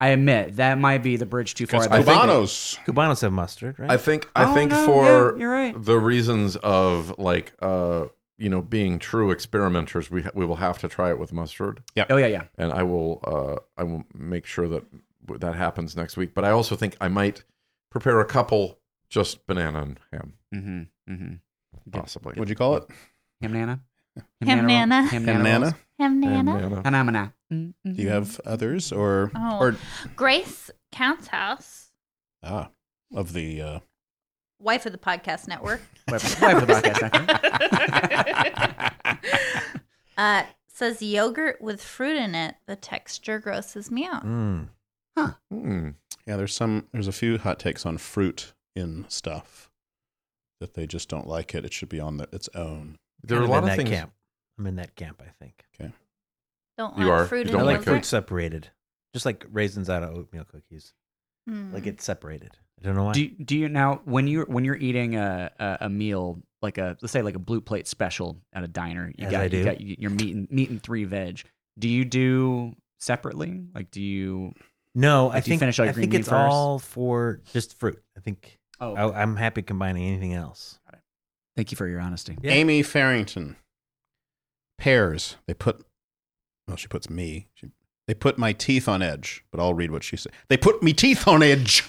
I admit, that might be the bridge too far. Because That- Cubanos. Cubanos have mustard, right? I think I Oh, think no, for yeah, you're right. the reasons of like uh you know being true experimenters, we ha- we will have to try it with mustard, Oh yeah, yeah. and I will uh I will make sure that that happens next week. But I also think I might prepare a couple just banana and ham, Mm-hmm. Mm-hmm. possibly. What'd you call it? Ham nana. Ham nana. Ham Ham nana. Ham nana. Banana. Hanamana. Mm-hmm. Do you have others or Oh. or Grace Count's house, ah of the uh, wife of the podcast network, Wife wife of the podcast. doctor. uh, says yogurt with fruit in it. The texture grosses me out. Mm. Hmm. yeah? There's some. There's a few hot takes on fruit in stuff that they just don't like it. It should be on the, its own. There are a I'm lot in of that things. Camp. I'm in that camp. I think. Don't You like are- fruit you in don't I yogurt. like food separated, just like raisins out of oatmeal cookies. Mm. Like it's separated. I don't know why. do do you now when you when you're eating a, a a meal like a let's say like a blue plate special at a diner you As got I you do. got y- your meat and meat and three veg do you do separately like do you no, Like, I do you think finish all I your green think bean it's first? all for just fruit. I think oh I, I'm happy combining anything else. thank you for your honesty Yeah. Amy Farrington. Pears. They put. Well, she puts me. She, they put my teeth on edge, but I'll read what she said. They put me teeth on edge.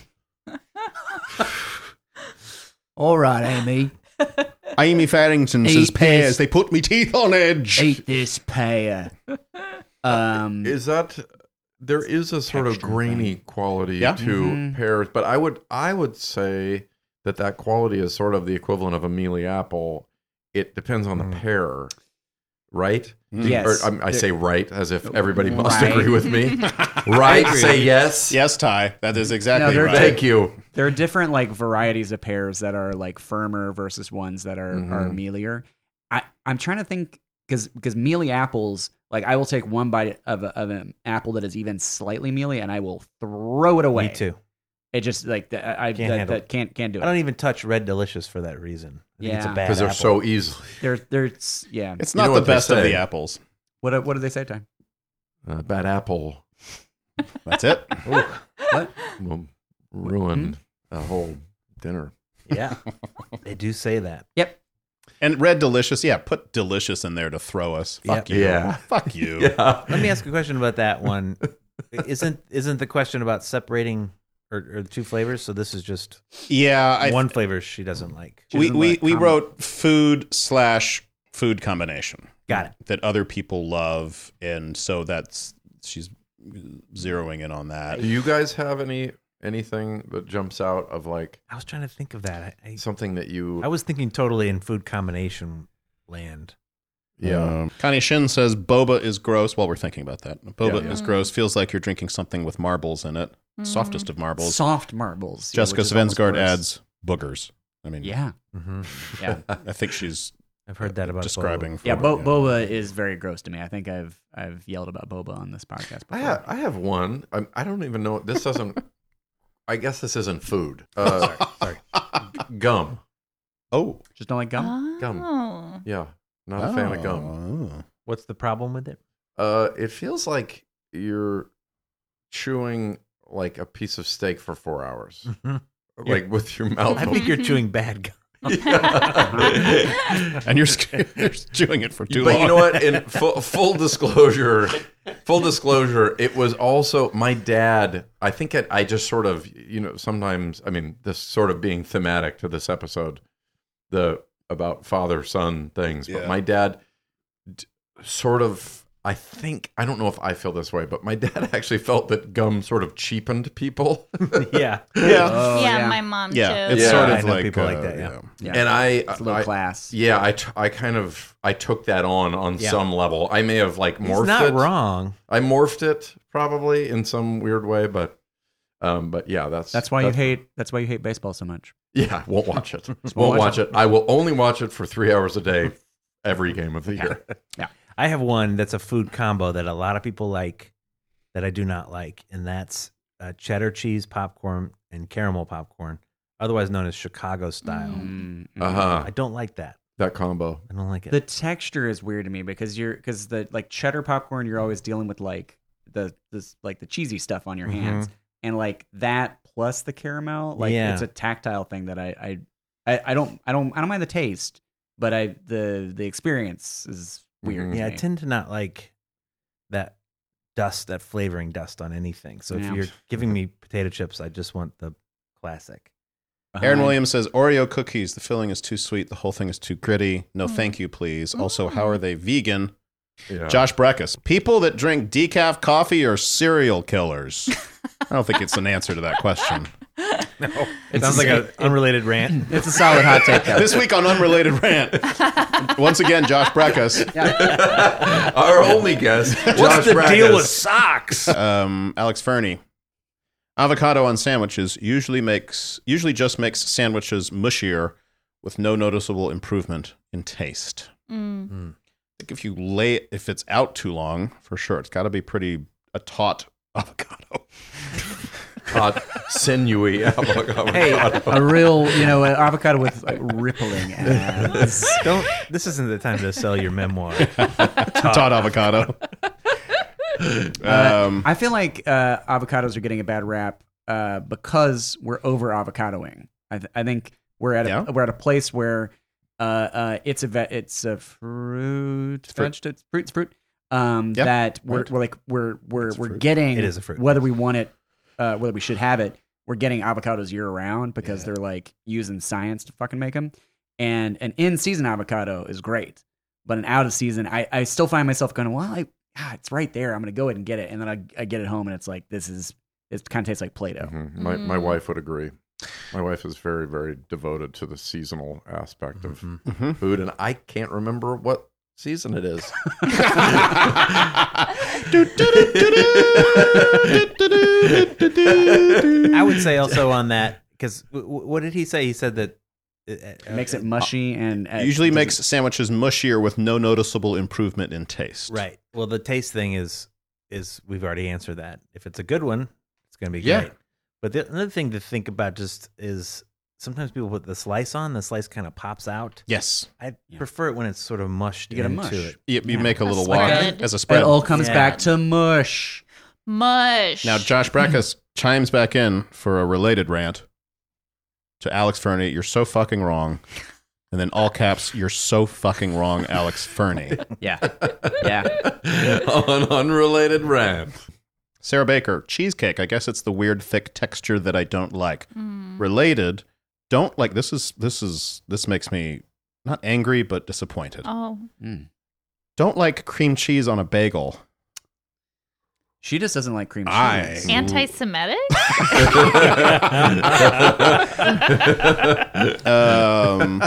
all right amy Amy Farrington Eat says this. pears. They put me teeth on edge. eat this pear um Is that there is a sort of Texture thing. grainy quality Yeah. to Mhm. pears, but I would I would say that that quality is sort of the equivalent of a mealy apple. It depends on the Mm. pear, right? Mm. Do you- Yes. or, I'm- I, There- say right as if everybody must Right. agree with me. right? Say yes. Yes, Ty. That is exactly they're right. Thank you. There are different like varieties of pears that are like firmer versus ones that are are Mhm. mealier. I I'm trying to think because because mealy apples like I will take one bite of a, of an apple that is even slightly mealy and I will throw it away. Me too. It just like the, I I- Can't that, handle that it. can't can't do I it. don't even touch red delicious for that reason. I think it's Yeah. a bad Because they're apple. so easily They're they're s- yeah. It's You not know the what they best of say. the apples. What what do they say, time? uh, bad apple That's it. will ruin a whole dinner. Yeah, they do say that. Yep. And red delicious, yeah. Put delicious in there to throw us. Fuck Yeah. you. Yeah. Fuck you. Yeah. Let me ask a question about that one. isn't isn't the question about separating or, or the two flavors? So this is just Yeah, I, one flavor she doesn't like. we we, we wrote food slash food combination. Got it. That other people love, and so that's she's zeroing in on that. Do you guys have any anything that jumps out of like I was trying to think of that. I, I, something that you? I was thinking totally in food combination land. yeah. Um, Connie Shin says boba is gross. While we're thinking about that, boba Yeah, yeah. is gross. Feels like you're drinking something with marbles in it. Hmm. Mm. Softest of marbles. Soft marbles. yeah, Jessica which is almost Svensgaard gross. adds boogers. I mean, Yeah. Mm-hmm. Yeah. I think she's I've heard that about describing. Yeah, boba, bo- boba is very gross to me. I think I've I've yelled about boba on this podcast before. I have, I have one. I, I don't even know. This doesn't. I guess this isn't food. Uh, sorry, Gum. Oh, Just don't like Uh, gum. Gum. Oh. Yeah. Not a fan of gum. Oh. What's the problem with it? Uh, it feels like you're chewing like a piece of steak for four hours, like with your Oh. mouth. Mm-hmm. I think you're chewing bad gum. open. Yeah. and you're, sc- you're chewing it for too but long. you know what? In full, full disclosure, full disclosure, it was also my dad. I think it, I just sort of, you know, sometimes. I mean, this sort of being thematic to this episode, the about father son things. But Yeah. my dad, d- sort of, I think I don't know if I feel this way, but my dad actually felt that gum sort of cheapened people. yeah. Yeah, Oh, Oh, yeah, my mom yeah. too. It's Yeah. sort I of know like people uh, like that, yeah. Yeah. And I, it's low I- class. yeah, I, t- I kind of I took that on on Yeah. some level. I may have like morphed It's not it. wrong. I morphed it probably in some weird way, but um, but yeah, that's That's why you hate. That's why you hate baseball so much. Yeah, won't watch it. won't won't watch watch it. I will only watch it for three hours a day, every game of the year. I have one that's a food combo that a lot of people like that I do not like, and that's uh, cheddar cheese popcorn and caramel popcorn, otherwise known as Chicago style. Mm-mm. Uh huh. I don't like that. That combo. I don't like it. Mm. The texture is weird to me because you're because the like cheddar popcorn you're always dealing with like the this like the cheesy stuff on your Mhm. hands and like that plus the caramel like Yeah. it's a tactile thing that I, I I I don't I don't I don't mind the taste but I the the experience is weird. Mhm. to Mm-hmm. yeah, I me. tend to not like that dust, that flavoring dust on anything. So Yeah. if you're giving me potato chips, I just want the classic. Aaron Uh-huh. Williams says Oreo cookies. The filling is too sweet. The whole thing is too gritty. No, thank you, please. Also, how are they vegan? Oh. Yeah. Josh Breckus. People that drink decaf coffee are serial killers. I don't think it's an answer to that question. It sounds like an unrelated rant. It's a solid hot take. though. this week on Unrelated Rant. Once again, Josh Breckus. Our only guest, Josh What's the deal Bragas. with socks? um, Alex Fernie. Avocado on sandwiches usually makes usually just makes sandwiches mushier with no noticeable improvement in taste. Mm. I think if you lay if it's out too long, for sure, it's got to be pretty a taut avocado. hot, sinewy avocado? a real, you know, an avocado with like, rippling ads. Don't. This isn't the time to sell your memoir. taut, avocado. um, I feel like uh, avocados are getting a bad rap uh, because we're over avocadoing. I, th- I think we're at a, Yeah. we're at a place where uh, uh, it's a ve- it's a fruit, fruit. veget- it's fruit, it's fruit. Um, Yeah, that we're, right. we're like we're we're It's a we're fruit. getting It is a fruit. whether we want it, uh, whether we should have it. We're getting avocados year round because they're like using science to fucking make them. And an in season avocado is great, but an out of season, I, I still find myself going, well, I, ah, it's right there. I'm gonna go ahead and get it, and then I, I get it home, and it's like this is it kind of tastes like Play-Doh. Mm-hmm. Mhm. My my wife would agree. My wife is very very devoted to the seasonal aspect of mhm. food, and I can't remember what season it is. I would say also on that because w- w- what did he say? He said that uh, It makes it mushy and uh, usually doesn't- makes sandwiches mushier with no noticeable improvement in taste. right. Well, the taste thing is is we've already answered that. If it's a good one, it's going to be Yeah. great. But the, another thing to think about just is sometimes people put the slice on. The slice kind of pops out. Yes. I Yeah. prefer it when it's sort of mushed You get a into mush. it. You, you Yeah. make a little wok That's good. as a It spread. all comes Yeah. back to mush. Mush. Now, Josh Breckus chimes back in for a related rant to Alex Fernie. You're so fucking wrong. and then all caps, you're so fucking wrong, Alex Fernie. Yeah. Yeah. on unrelated rant. Sarah Baker, cheesecake. I guess it's the weird thick texture that I don't like. Hmm. Mm-hmm. Related, don't like this is this is this makes me not angry but disappointed. Oh, Don't like cream cheese on a bagel. She just doesn't like cream cheese. I- anti-Semitic? Um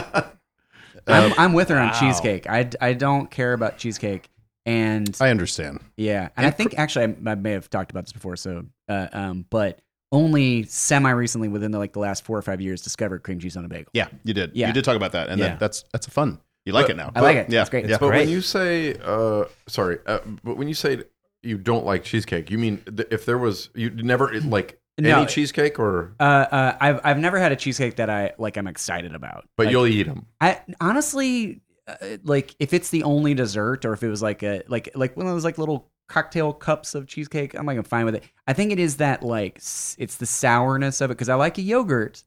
I'm, I'm with her on wow. cheesecake. I, d- I don't care about cheesecake. And I understand. yeah, and I think actually I, I may have talked about this before. So, uh, um, but only semi recently, within the, like the last four or five years, discovered cream cheese on a bagel. Yeah, you did. Yeah. You did talk about that, and Yeah. that, that's that's fun. You like it now. I like it. Yeah, It's great. Yeah. But Great. when you say, uh, sorry, uh, but when you say you don't like cheesecake, you mean th- if there was, you never like No. any cheesecake or, Uh, uh, I've I've never had a cheesecake that I like. I'm excited about. but Like, you'll eat them. I honestly uh, like if it's the only dessert, or if it was like a like like one of those like little cocktail cups of cheesecake. I'm like I'm fine with it. I think it is that like s- it's the sourness of it because I like a yogurt.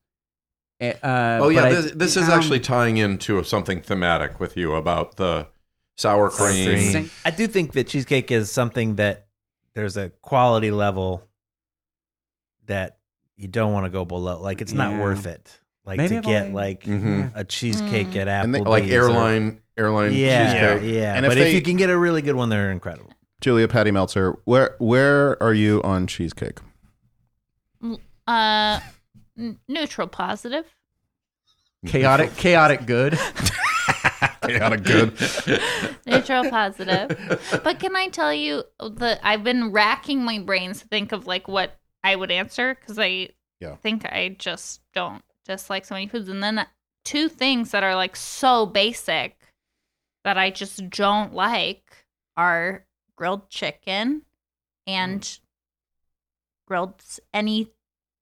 Eh, Uh, Oh, yeah. but I- This, this is um, actually tying into something thematic with you about the sour cream. cream. I do think that cheesecake is something that there's a quality level that you don't want to go below. Like it's not Yeah. worth it. Like Maybe to I've get only- like Mhm. a cheesecake at And they- Applebee's, Like or- airline, airline yeah, cheesecake. yeah. And if but if they- you can get a really good one, they're incredible. Julia Patty Meltzer, where where are you on cheesecake? Uh, n- neutral positive. chaotic chaotic good. Chaotic good. Neutral positive. But can I tell you that I've been racking my brains to think of like what I would answer because I Yeah. think I just don't dislike so many foods. And then two things that are like so basic that I just don't like are grilled chicken and grilled s- any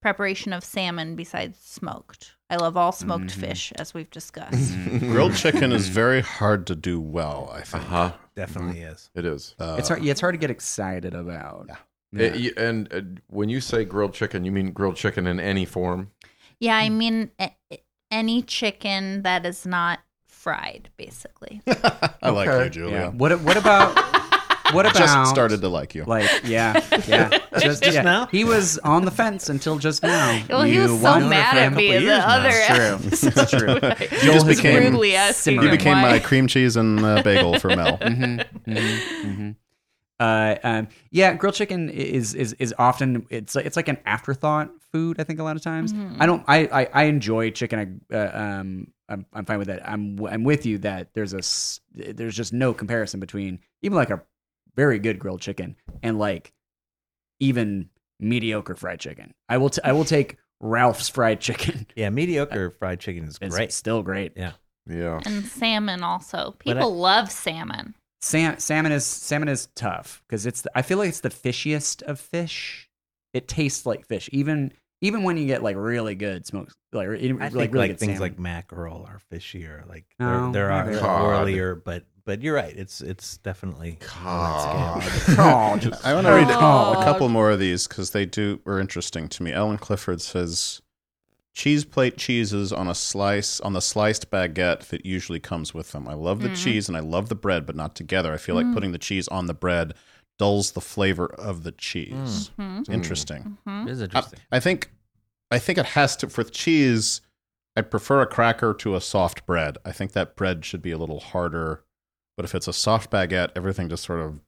preparation of salmon besides smoked. I love all smoked Mhm. fish as we've discussed. um, Mm-hmm. Grilled chicken is very hard to do well. I Uh think. huh. Definitely is. It is. Uh, it's hard. Yeah, it's hard to get excited about. It- you- and uh, when you say grilled chicken, you mean grilled chicken in any form. Yeah, Hmm. I mean a- a- any chicken that is not fried, basically. I like Okay. you, Julia. Yeah. What what about what about Just started to like you. like yeah yeah just, yeah. now? He was on the fence until just now. Well, he You was so won her mad for a at couple me in the years now. other It's true. It's true. you just has became been Rudely asking simmering. you became Why? my cream cheese and uh, bagel for Mel. Mhm, mhm, mhm. Uh, um, yeah, grilled chicken is is is often it's it's like an afterthought food. I think a lot of times. I don't. I, I I enjoy chicken. I uh, um I'm I'm fine with that. I'm I'm with you that there's a s- there's just no comparison between even like a very good grilled chicken and like even mediocre fried chicken. I will t- I will take Ralph's fried chicken. Yeah, mediocre fried chicken is It's great. still great. Yeah. And salmon also. But I- People love salmon. Sam, salmon is salmon is tough because it's. The, I feel like it's the fishiest of fish. It tastes like fish, even even when you get like really good smoked, like re- I like think like, really good things salmon. like mackerel are fishier, like No, there are maybe. Cod. earlier, but but you're right. It's it's definitely God. Cod. Just- I want to read Cod. a couple more of these because they do are interesting to me. Ellen Clifford says, "Cheese plate cheeses on a slice on the sliced baguette that usually comes with them. I love the cheese and I love the bread, but not together. I feel like putting the cheese on the bread dulls the flavor of the cheese. Hmm? It's interesting. Mm-hmm. It is I, interesting. I think, I think it has to for cheese. I prefer a cracker to a soft bread. I think that bread should be a little harder, but if it's a soft baguette, everything just sort of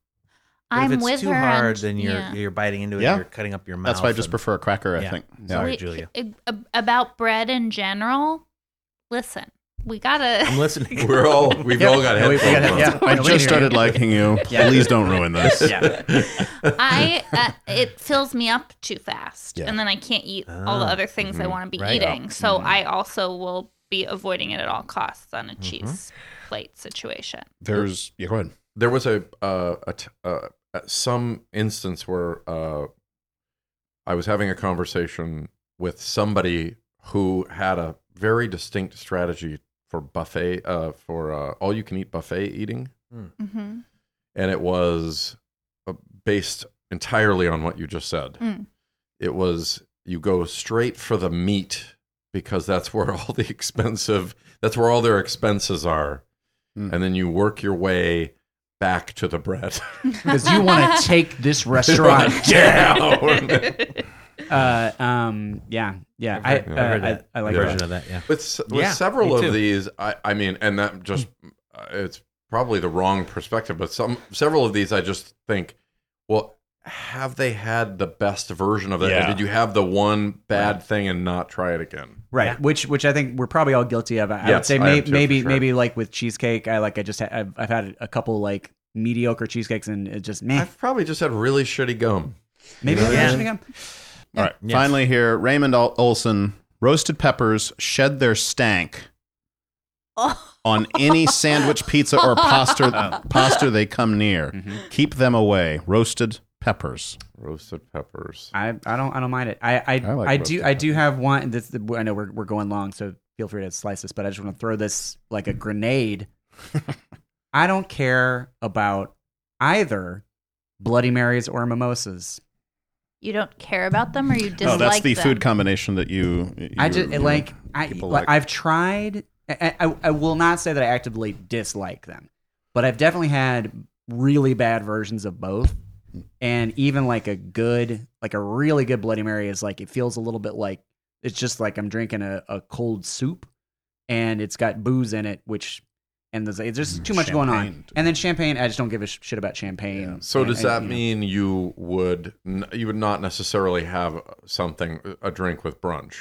But I'm if it's with too her. hard, on- then you're yeah. you're biting into it. Yeah. You're cutting up your mouth. That's why I just and- prefer a cracker. Yeah. I think. Sorry, We- Julia. a- about bread in general. Listen, we I'm gotta. listening. We're all we've all got Yeah, we- we headphones. got- yeah. I No, we hear just started you. liking you. Yeah. Please don't ruin this. yeah. I uh, it fills me up too fast, Yeah. Mm-hmm. and then I can't eat all the Ah, other things I want to be Right. eating. So I also will be avoiding it at all costs on a cheese plate situation. There's yeah. Go ahead. There was a uh, a t- uh, uh, some instance where uh, I was having a conversation with somebody who had a very distinct strategy for buffet uh, for uh, all you can eat buffet eating, Mm-hmm. and it was uh, based entirely on what you just said. Mm. It was you go straight for the meat because that's where all the expensive that's where all their expenses are. Mm. And then you work your way back to the bread. because you want to take this restaurant down. Uh, um, yeah, yeah. I, I've heard uh, that I, I like version that. of that. Yeah. with s- with Yeah, several me of too. these I, I mean and that just uh, it's probably the wrong perspective but some several of these i just think well have they had the best version of that Yeah. or did you have the one bad thing and not try it again Right, Yeah. which which I think we're probably all guilty of. I I would Yes, say I may, am too, maybe for sure. maybe like with cheesecake, I like I just ha- I've, I've had a couple like mediocre cheesecakes and it just meh. i've probably just had really shitty gum Maybe Yeah. yeah. Yeah. All right. Yes. Finally, here Raymond Ol- Olson roasted peppers shed their stank on any sandwich, pizza, or pasta pasta they come near. Keep them away. Roasted peppers. roasted peppers I I don't I don't mind it. I I, I, like do roasted I do have one. This I know we're we're going long, so feel free to slice this. But I just want to throw this like a grenade. I don't care about either Bloody Marys or mimosas. You don't care about them, or you dislike oh, that's the them? food combination that you. I you- just you- like I people like, like. I've tried. I, I I will not say that I actively dislike them, but I've definitely had really bad versions of both. And even like a good, like a really good Bloody Mary is like it feels a little bit like it's just like I'm drinking a, a cold soup, and it's got booze in it, which and there's, there's Mm, just too much going on. champagne. And then champagne, I just don't give a sh- shit about champagne. so And- does and, that you know. mean you would n- you would not necessarily have something a drink with brunch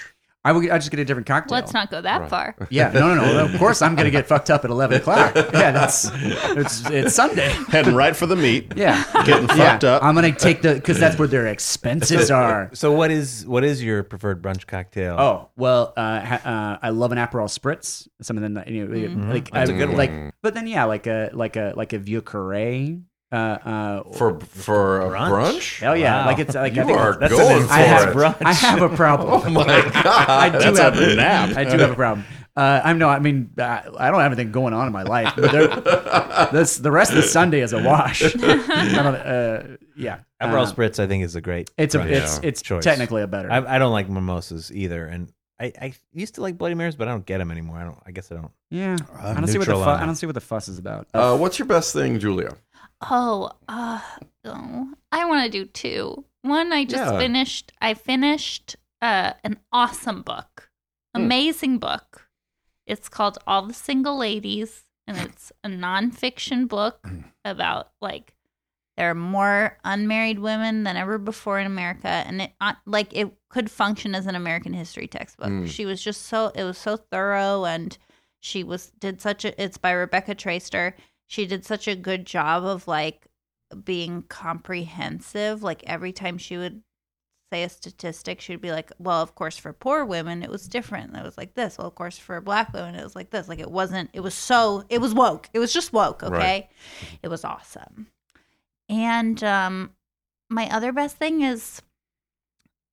I would? I just get a different cocktail. Let's not go that far. Yeah, no, no, no. Of course, I'm gonna get fucked up at eleven o'clock. Yeah, that's it's it's Sunday. heading right for the meat. Yeah, Getting yeah. fucked up. I'm gonna take the because that's where their expenses are. So what is what is your preferred brunch cocktail? Oh well, uh, ha- uh, I love an aperol spritz. Something that you know, like That's I, a good one. like, but then yeah, like a like a like a vieux carré. Uh, uh, for for a Brunch? brunch, hell yeah, Wow. like it's like You I think are that's going something- I have, for it. I have a problem. oh my I god do That's have a nap. I do have a problem. Uh, I'm no, I mean, uh, I don't have anything going on in my life. But there- this, the rest of Sunday is a wash. I don't, uh, yeah, Aperol Uh, spritz, I think, is a great. It's a, brunch. it's it's Choice. technically a better. I, I don't like mimosas either, and I, I used to like Bloody Marys, but I don't get them anymore. I don't. I guess I don't. yeah, I don't see what the fu- neutral on I it. don't see what the fuss is about. Uh, Uh, what's your best thing, Julia? Oh, uh, oh, I want to do two. One, I just Yeah. finished. I finished uh, an awesome book, Hmm. amazing book. It's called All the Single Ladies, and it's a nonfiction book about like there are more unmarried women than ever before in America, and it uh, like it could function as an American history textbook. Mm. She was just so it was so thorough, and she was did such a. It's by Rebecca Traister. She did such a good job of like being comprehensive. Like every time she would say a statistic, she'd be like, "Well, of course, for poor women it was different. It was like this. Well, of course, for black women it was like this. Like it wasn't. It was so. It was woke. It was just woke. Okay, Right. it was awesome. And um, my other best thing is,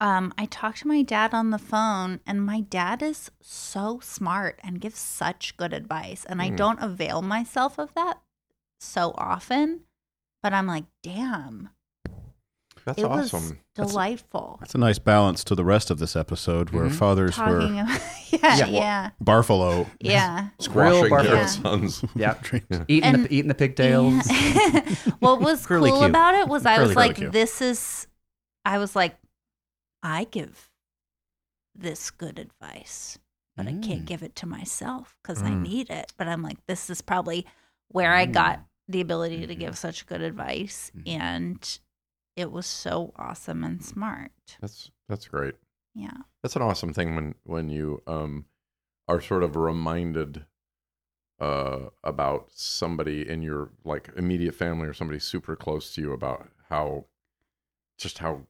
um, I talked to my dad on the phone, and my dad is so smart and gives such good advice, and I Mm. don't avail myself of that so often. But I'm like, damn, That's it awesome. was delightful. That's a nice balance to the rest of this episode where Mhm. fathers talking were about yeah, yeah, Yeah. yeah, Barfalo. Squashing Grill their barbecue. sons. yeah, Yeah. eating And- the, eating the pigtails. Yeah. what was Curly cool Q. about it was I was Curly like, Q. this is, I was like, I give this good advice, but I can't give it to myself because I Mm. need it. But I'm like, this is probably where I got the ability to give such good advice. And it was so awesome and smart. That's that's great. Yeah. That's an awesome thing when when you um are sort of reminded uh about somebody in your like immediate family or somebody super close to you about how just how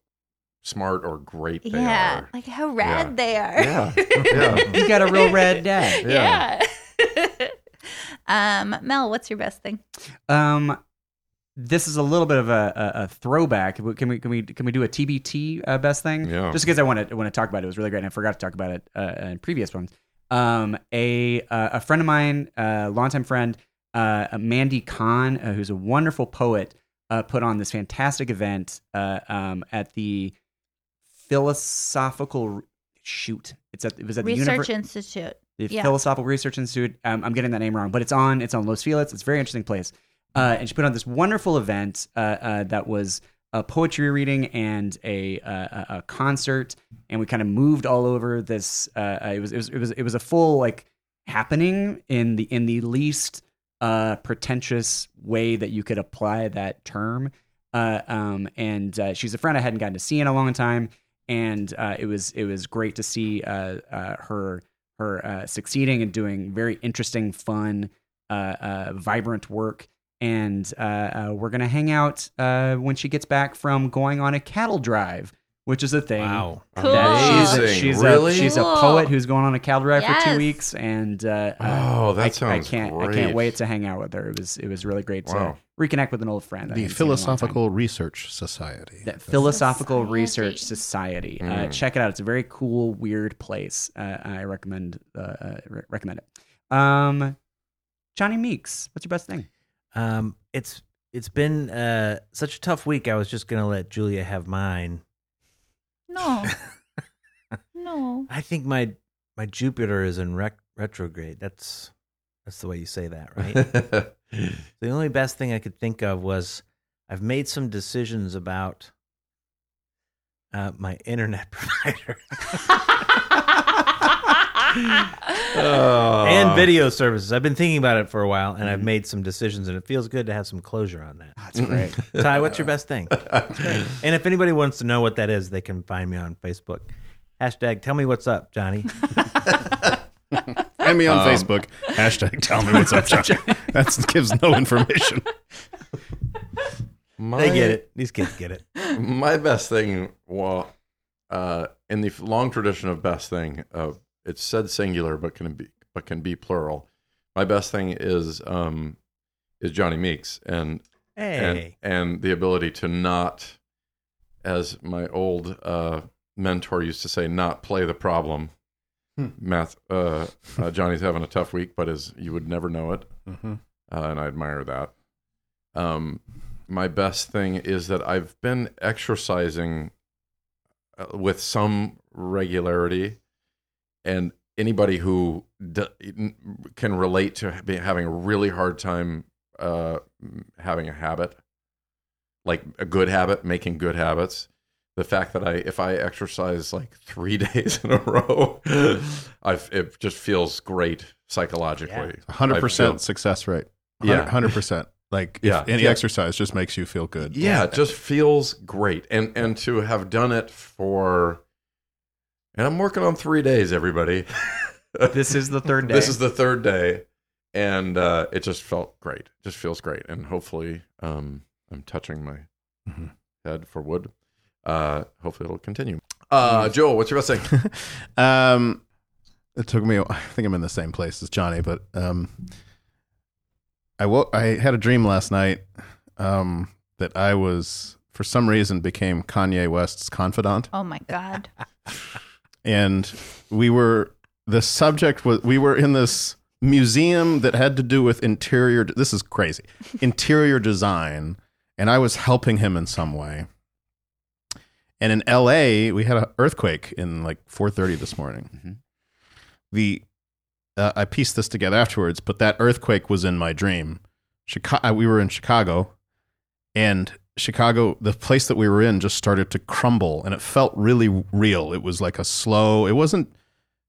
smart or great they yeah. are. Like how rad Yeah. they are. Yeah. Yeah. you got a real red dad. yeah. um, Mel, what's your best thing? Um, this is a little bit of a, a, a throwback. Can we can we can we do a TBT uh, best thing? Yeah. Just because I want to want to talk about it. It was really great, and I forgot to talk about it uh, in previous ones. Um, a uh, a friend of mine, a longtime friend, uh, Mandy Kahn, uh, who's a wonderful poet, uh, put on this fantastic event uh, um, at the philosophical shoot, it's at it was at the Research university. Institute. the Yeah. Philosophical Research Institute. Um, I'm getting that name wrong, but it's on. It's on Los Feliz. It's a very interesting place. Uh, and she put on this wonderful event uh, uh, that was a poetry reading and a, uh, a a concert, and we kind of moved all over this. Uh, uh, it was it was it was it was a full like happening in the in the least uh, pretentious way that you could apply that term. Uh, um, and uh, she's a friend I hadn't gotten to see in a long time, and uh, it was it was great to see uh, uh, her her uh, succeeding and doing very interesting, fun, uh, uh, vibrant work. And uh, uh, we're gonna hang out uh, when she gets back from going on a cattle drive, which is a thing. Wow. Cool. Oh, That she's a, Amazing. she's, Really? a, she's a Cool. poet who's going on a cattle drive for two Yes. weeks, and uh, uh, Oh, I, that sounds I can't I great. can't wait to hang out with her. It was it was really great to Wow. reconnect with an old friend. I the hadn't seen in a long time. Philosophical Research Society. That Philosophical Society. Research Society. Uh, Mm. check it out. It's a very cool, weird place. Uh, I recommend uh, uh, re- recommend it. Um, Johnny Meeks, what's your best thing? Um, it's it's been uh, such a tough week. I was just gonna let Julia have mine. No. no. I think my my Jupiter is in rec- retrograde. That's that's the way you say that, right? the only best thing I could think of was I've made some decisions about uh, my internet provider Oh. and video services. I've been thinking about it for a while, and I've made some decisions, and it feels good to have some closure on that. That's great. Ty, what's your best thing? And if anybody wants to know what that is, they can find me on Facebook. Hashtag tell me what's up, Johnny. And me on Oh. Um, Facebook. Hashtag tell me what's up, Johnny. That gives no information. My, They get it. These kids get it. My best thing, well, uh, in the long tradition of best thing, uh, it's said singular, but can be but can be plural. My best thing is um, is Johnny Meeks, and Hey. and, and the ability to not, as my old uh, mentor used to say, not play the problem. Math, uh, uh, Johnny's having a tough week, but as you would never know it, uh, and I admire that. Um, my best thing is that I've been exercising uh, with some regularity, and anybody who d- can relate to be- having a really hard time uh, having a habit, like a good habit, making good habits. The fact that I, if I exercise like three days in a row, I it just feels great psychologically. Hundred I feel- percent success rate. Yeah. hundred percent. Like if Yeah. any Yeah. exercise just makes you feel good. yeah it just feels great and and to have done it for and i'm working on three days everybody this is the third day. this is the third day and uh it just felt great just feels great and hopefully um i'm touching my Mm-hmm. Mhm. head for wood uh hopefully it'll continue uh joel what's your best thing um, it took me. I think I'm in the same place as Johnny, but um, I woke. I had a dream last night um, that I was, for some reason, became Kanye West's confidant, Oh my God. and we were. The subject was we were in this museum that had to do with interior. This is crazy, interior design, and I was helping him in some way. And in L.A., we had an earthquake in like 4:30 this morning Mhm. the uh, I pieced this together afterwards, but that earthquake was in my dream. Chicago, we were in Chicago, and Chicago, the place that we were in, just started to crumble, and it felt really real. It was like a slow. It wasn't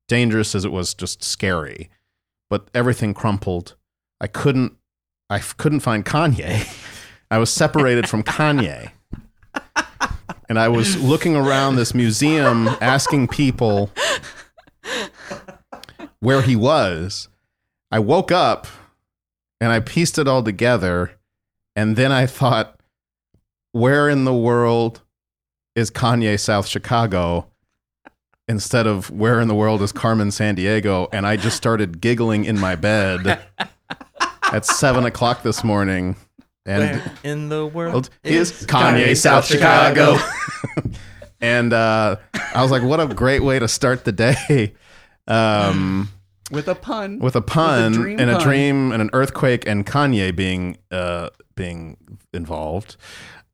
dangerous as it was just scary, but everything crumpled. I couldn't. I f- couldn't find Kanye. I was separated from Kanye. And I was looking around this museum asking people where he was. I woke up and I pieced it all together. And then I thought, where in the world is Kanye South Chicago instead of where in the world is Carmen San Diego? And I just started giggling in my bed at seven o'clock this morning. And Where in the world world is Kanye, South Chicago. and uh, I was like, what a great way to start the day. Um, with a pun. with a pun dream and a pun. dream and an earthquake and Kanye being uh, being involved.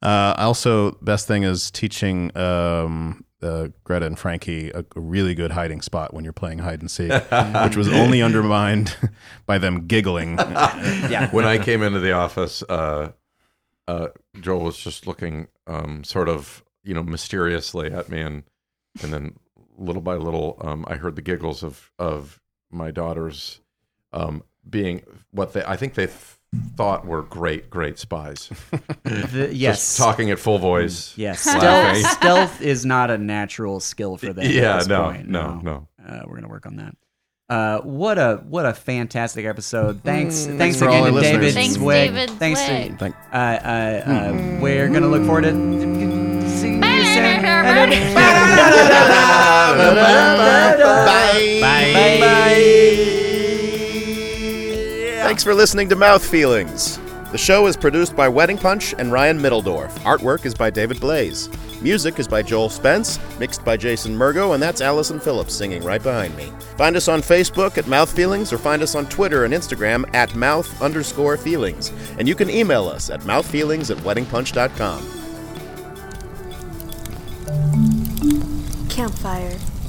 Uh, also, best thing is teaching um, uh, Greta and Frankie a, a really good hiding spot when you're playing hide and seek, which was only undermined by them giggling. when I came into the office, uh, uh, Joel was just looking um, sort of, you know, mysteriously at me, and and then little by little, um, I heard the giggles of of my daughters um, being what they I think they th- thought were great great spies. The- Just yes. talking at full voice. Yes. Laughing. Stealth, stealth is not a natural skill for them. at Yeah, this no, point. no, no. Uh, we're gonna work on that. Uh, what a what a fantastic episode! Thanks, thanks, for all again our to David listeners. Thanks, Zwick. David Thanks, Zwick. To, uh, uh, uh, we're gonna look forward to see you soon. Bye. Thanks for listening to Mouth Feelings. The show is produced by Wedding Punch and Ryan Middledorf. Artwork is by David Blaze. Music is by Joel Spence, mixed by Jason Murgo, and that's Allison Phillips singing right behind me. Find us on Facebook at Mouth Feelings or find us on Twitter and Instagram at mouth underscore feelings. And you can email us at mouthfeelings at weddingpunch.com. Campfire.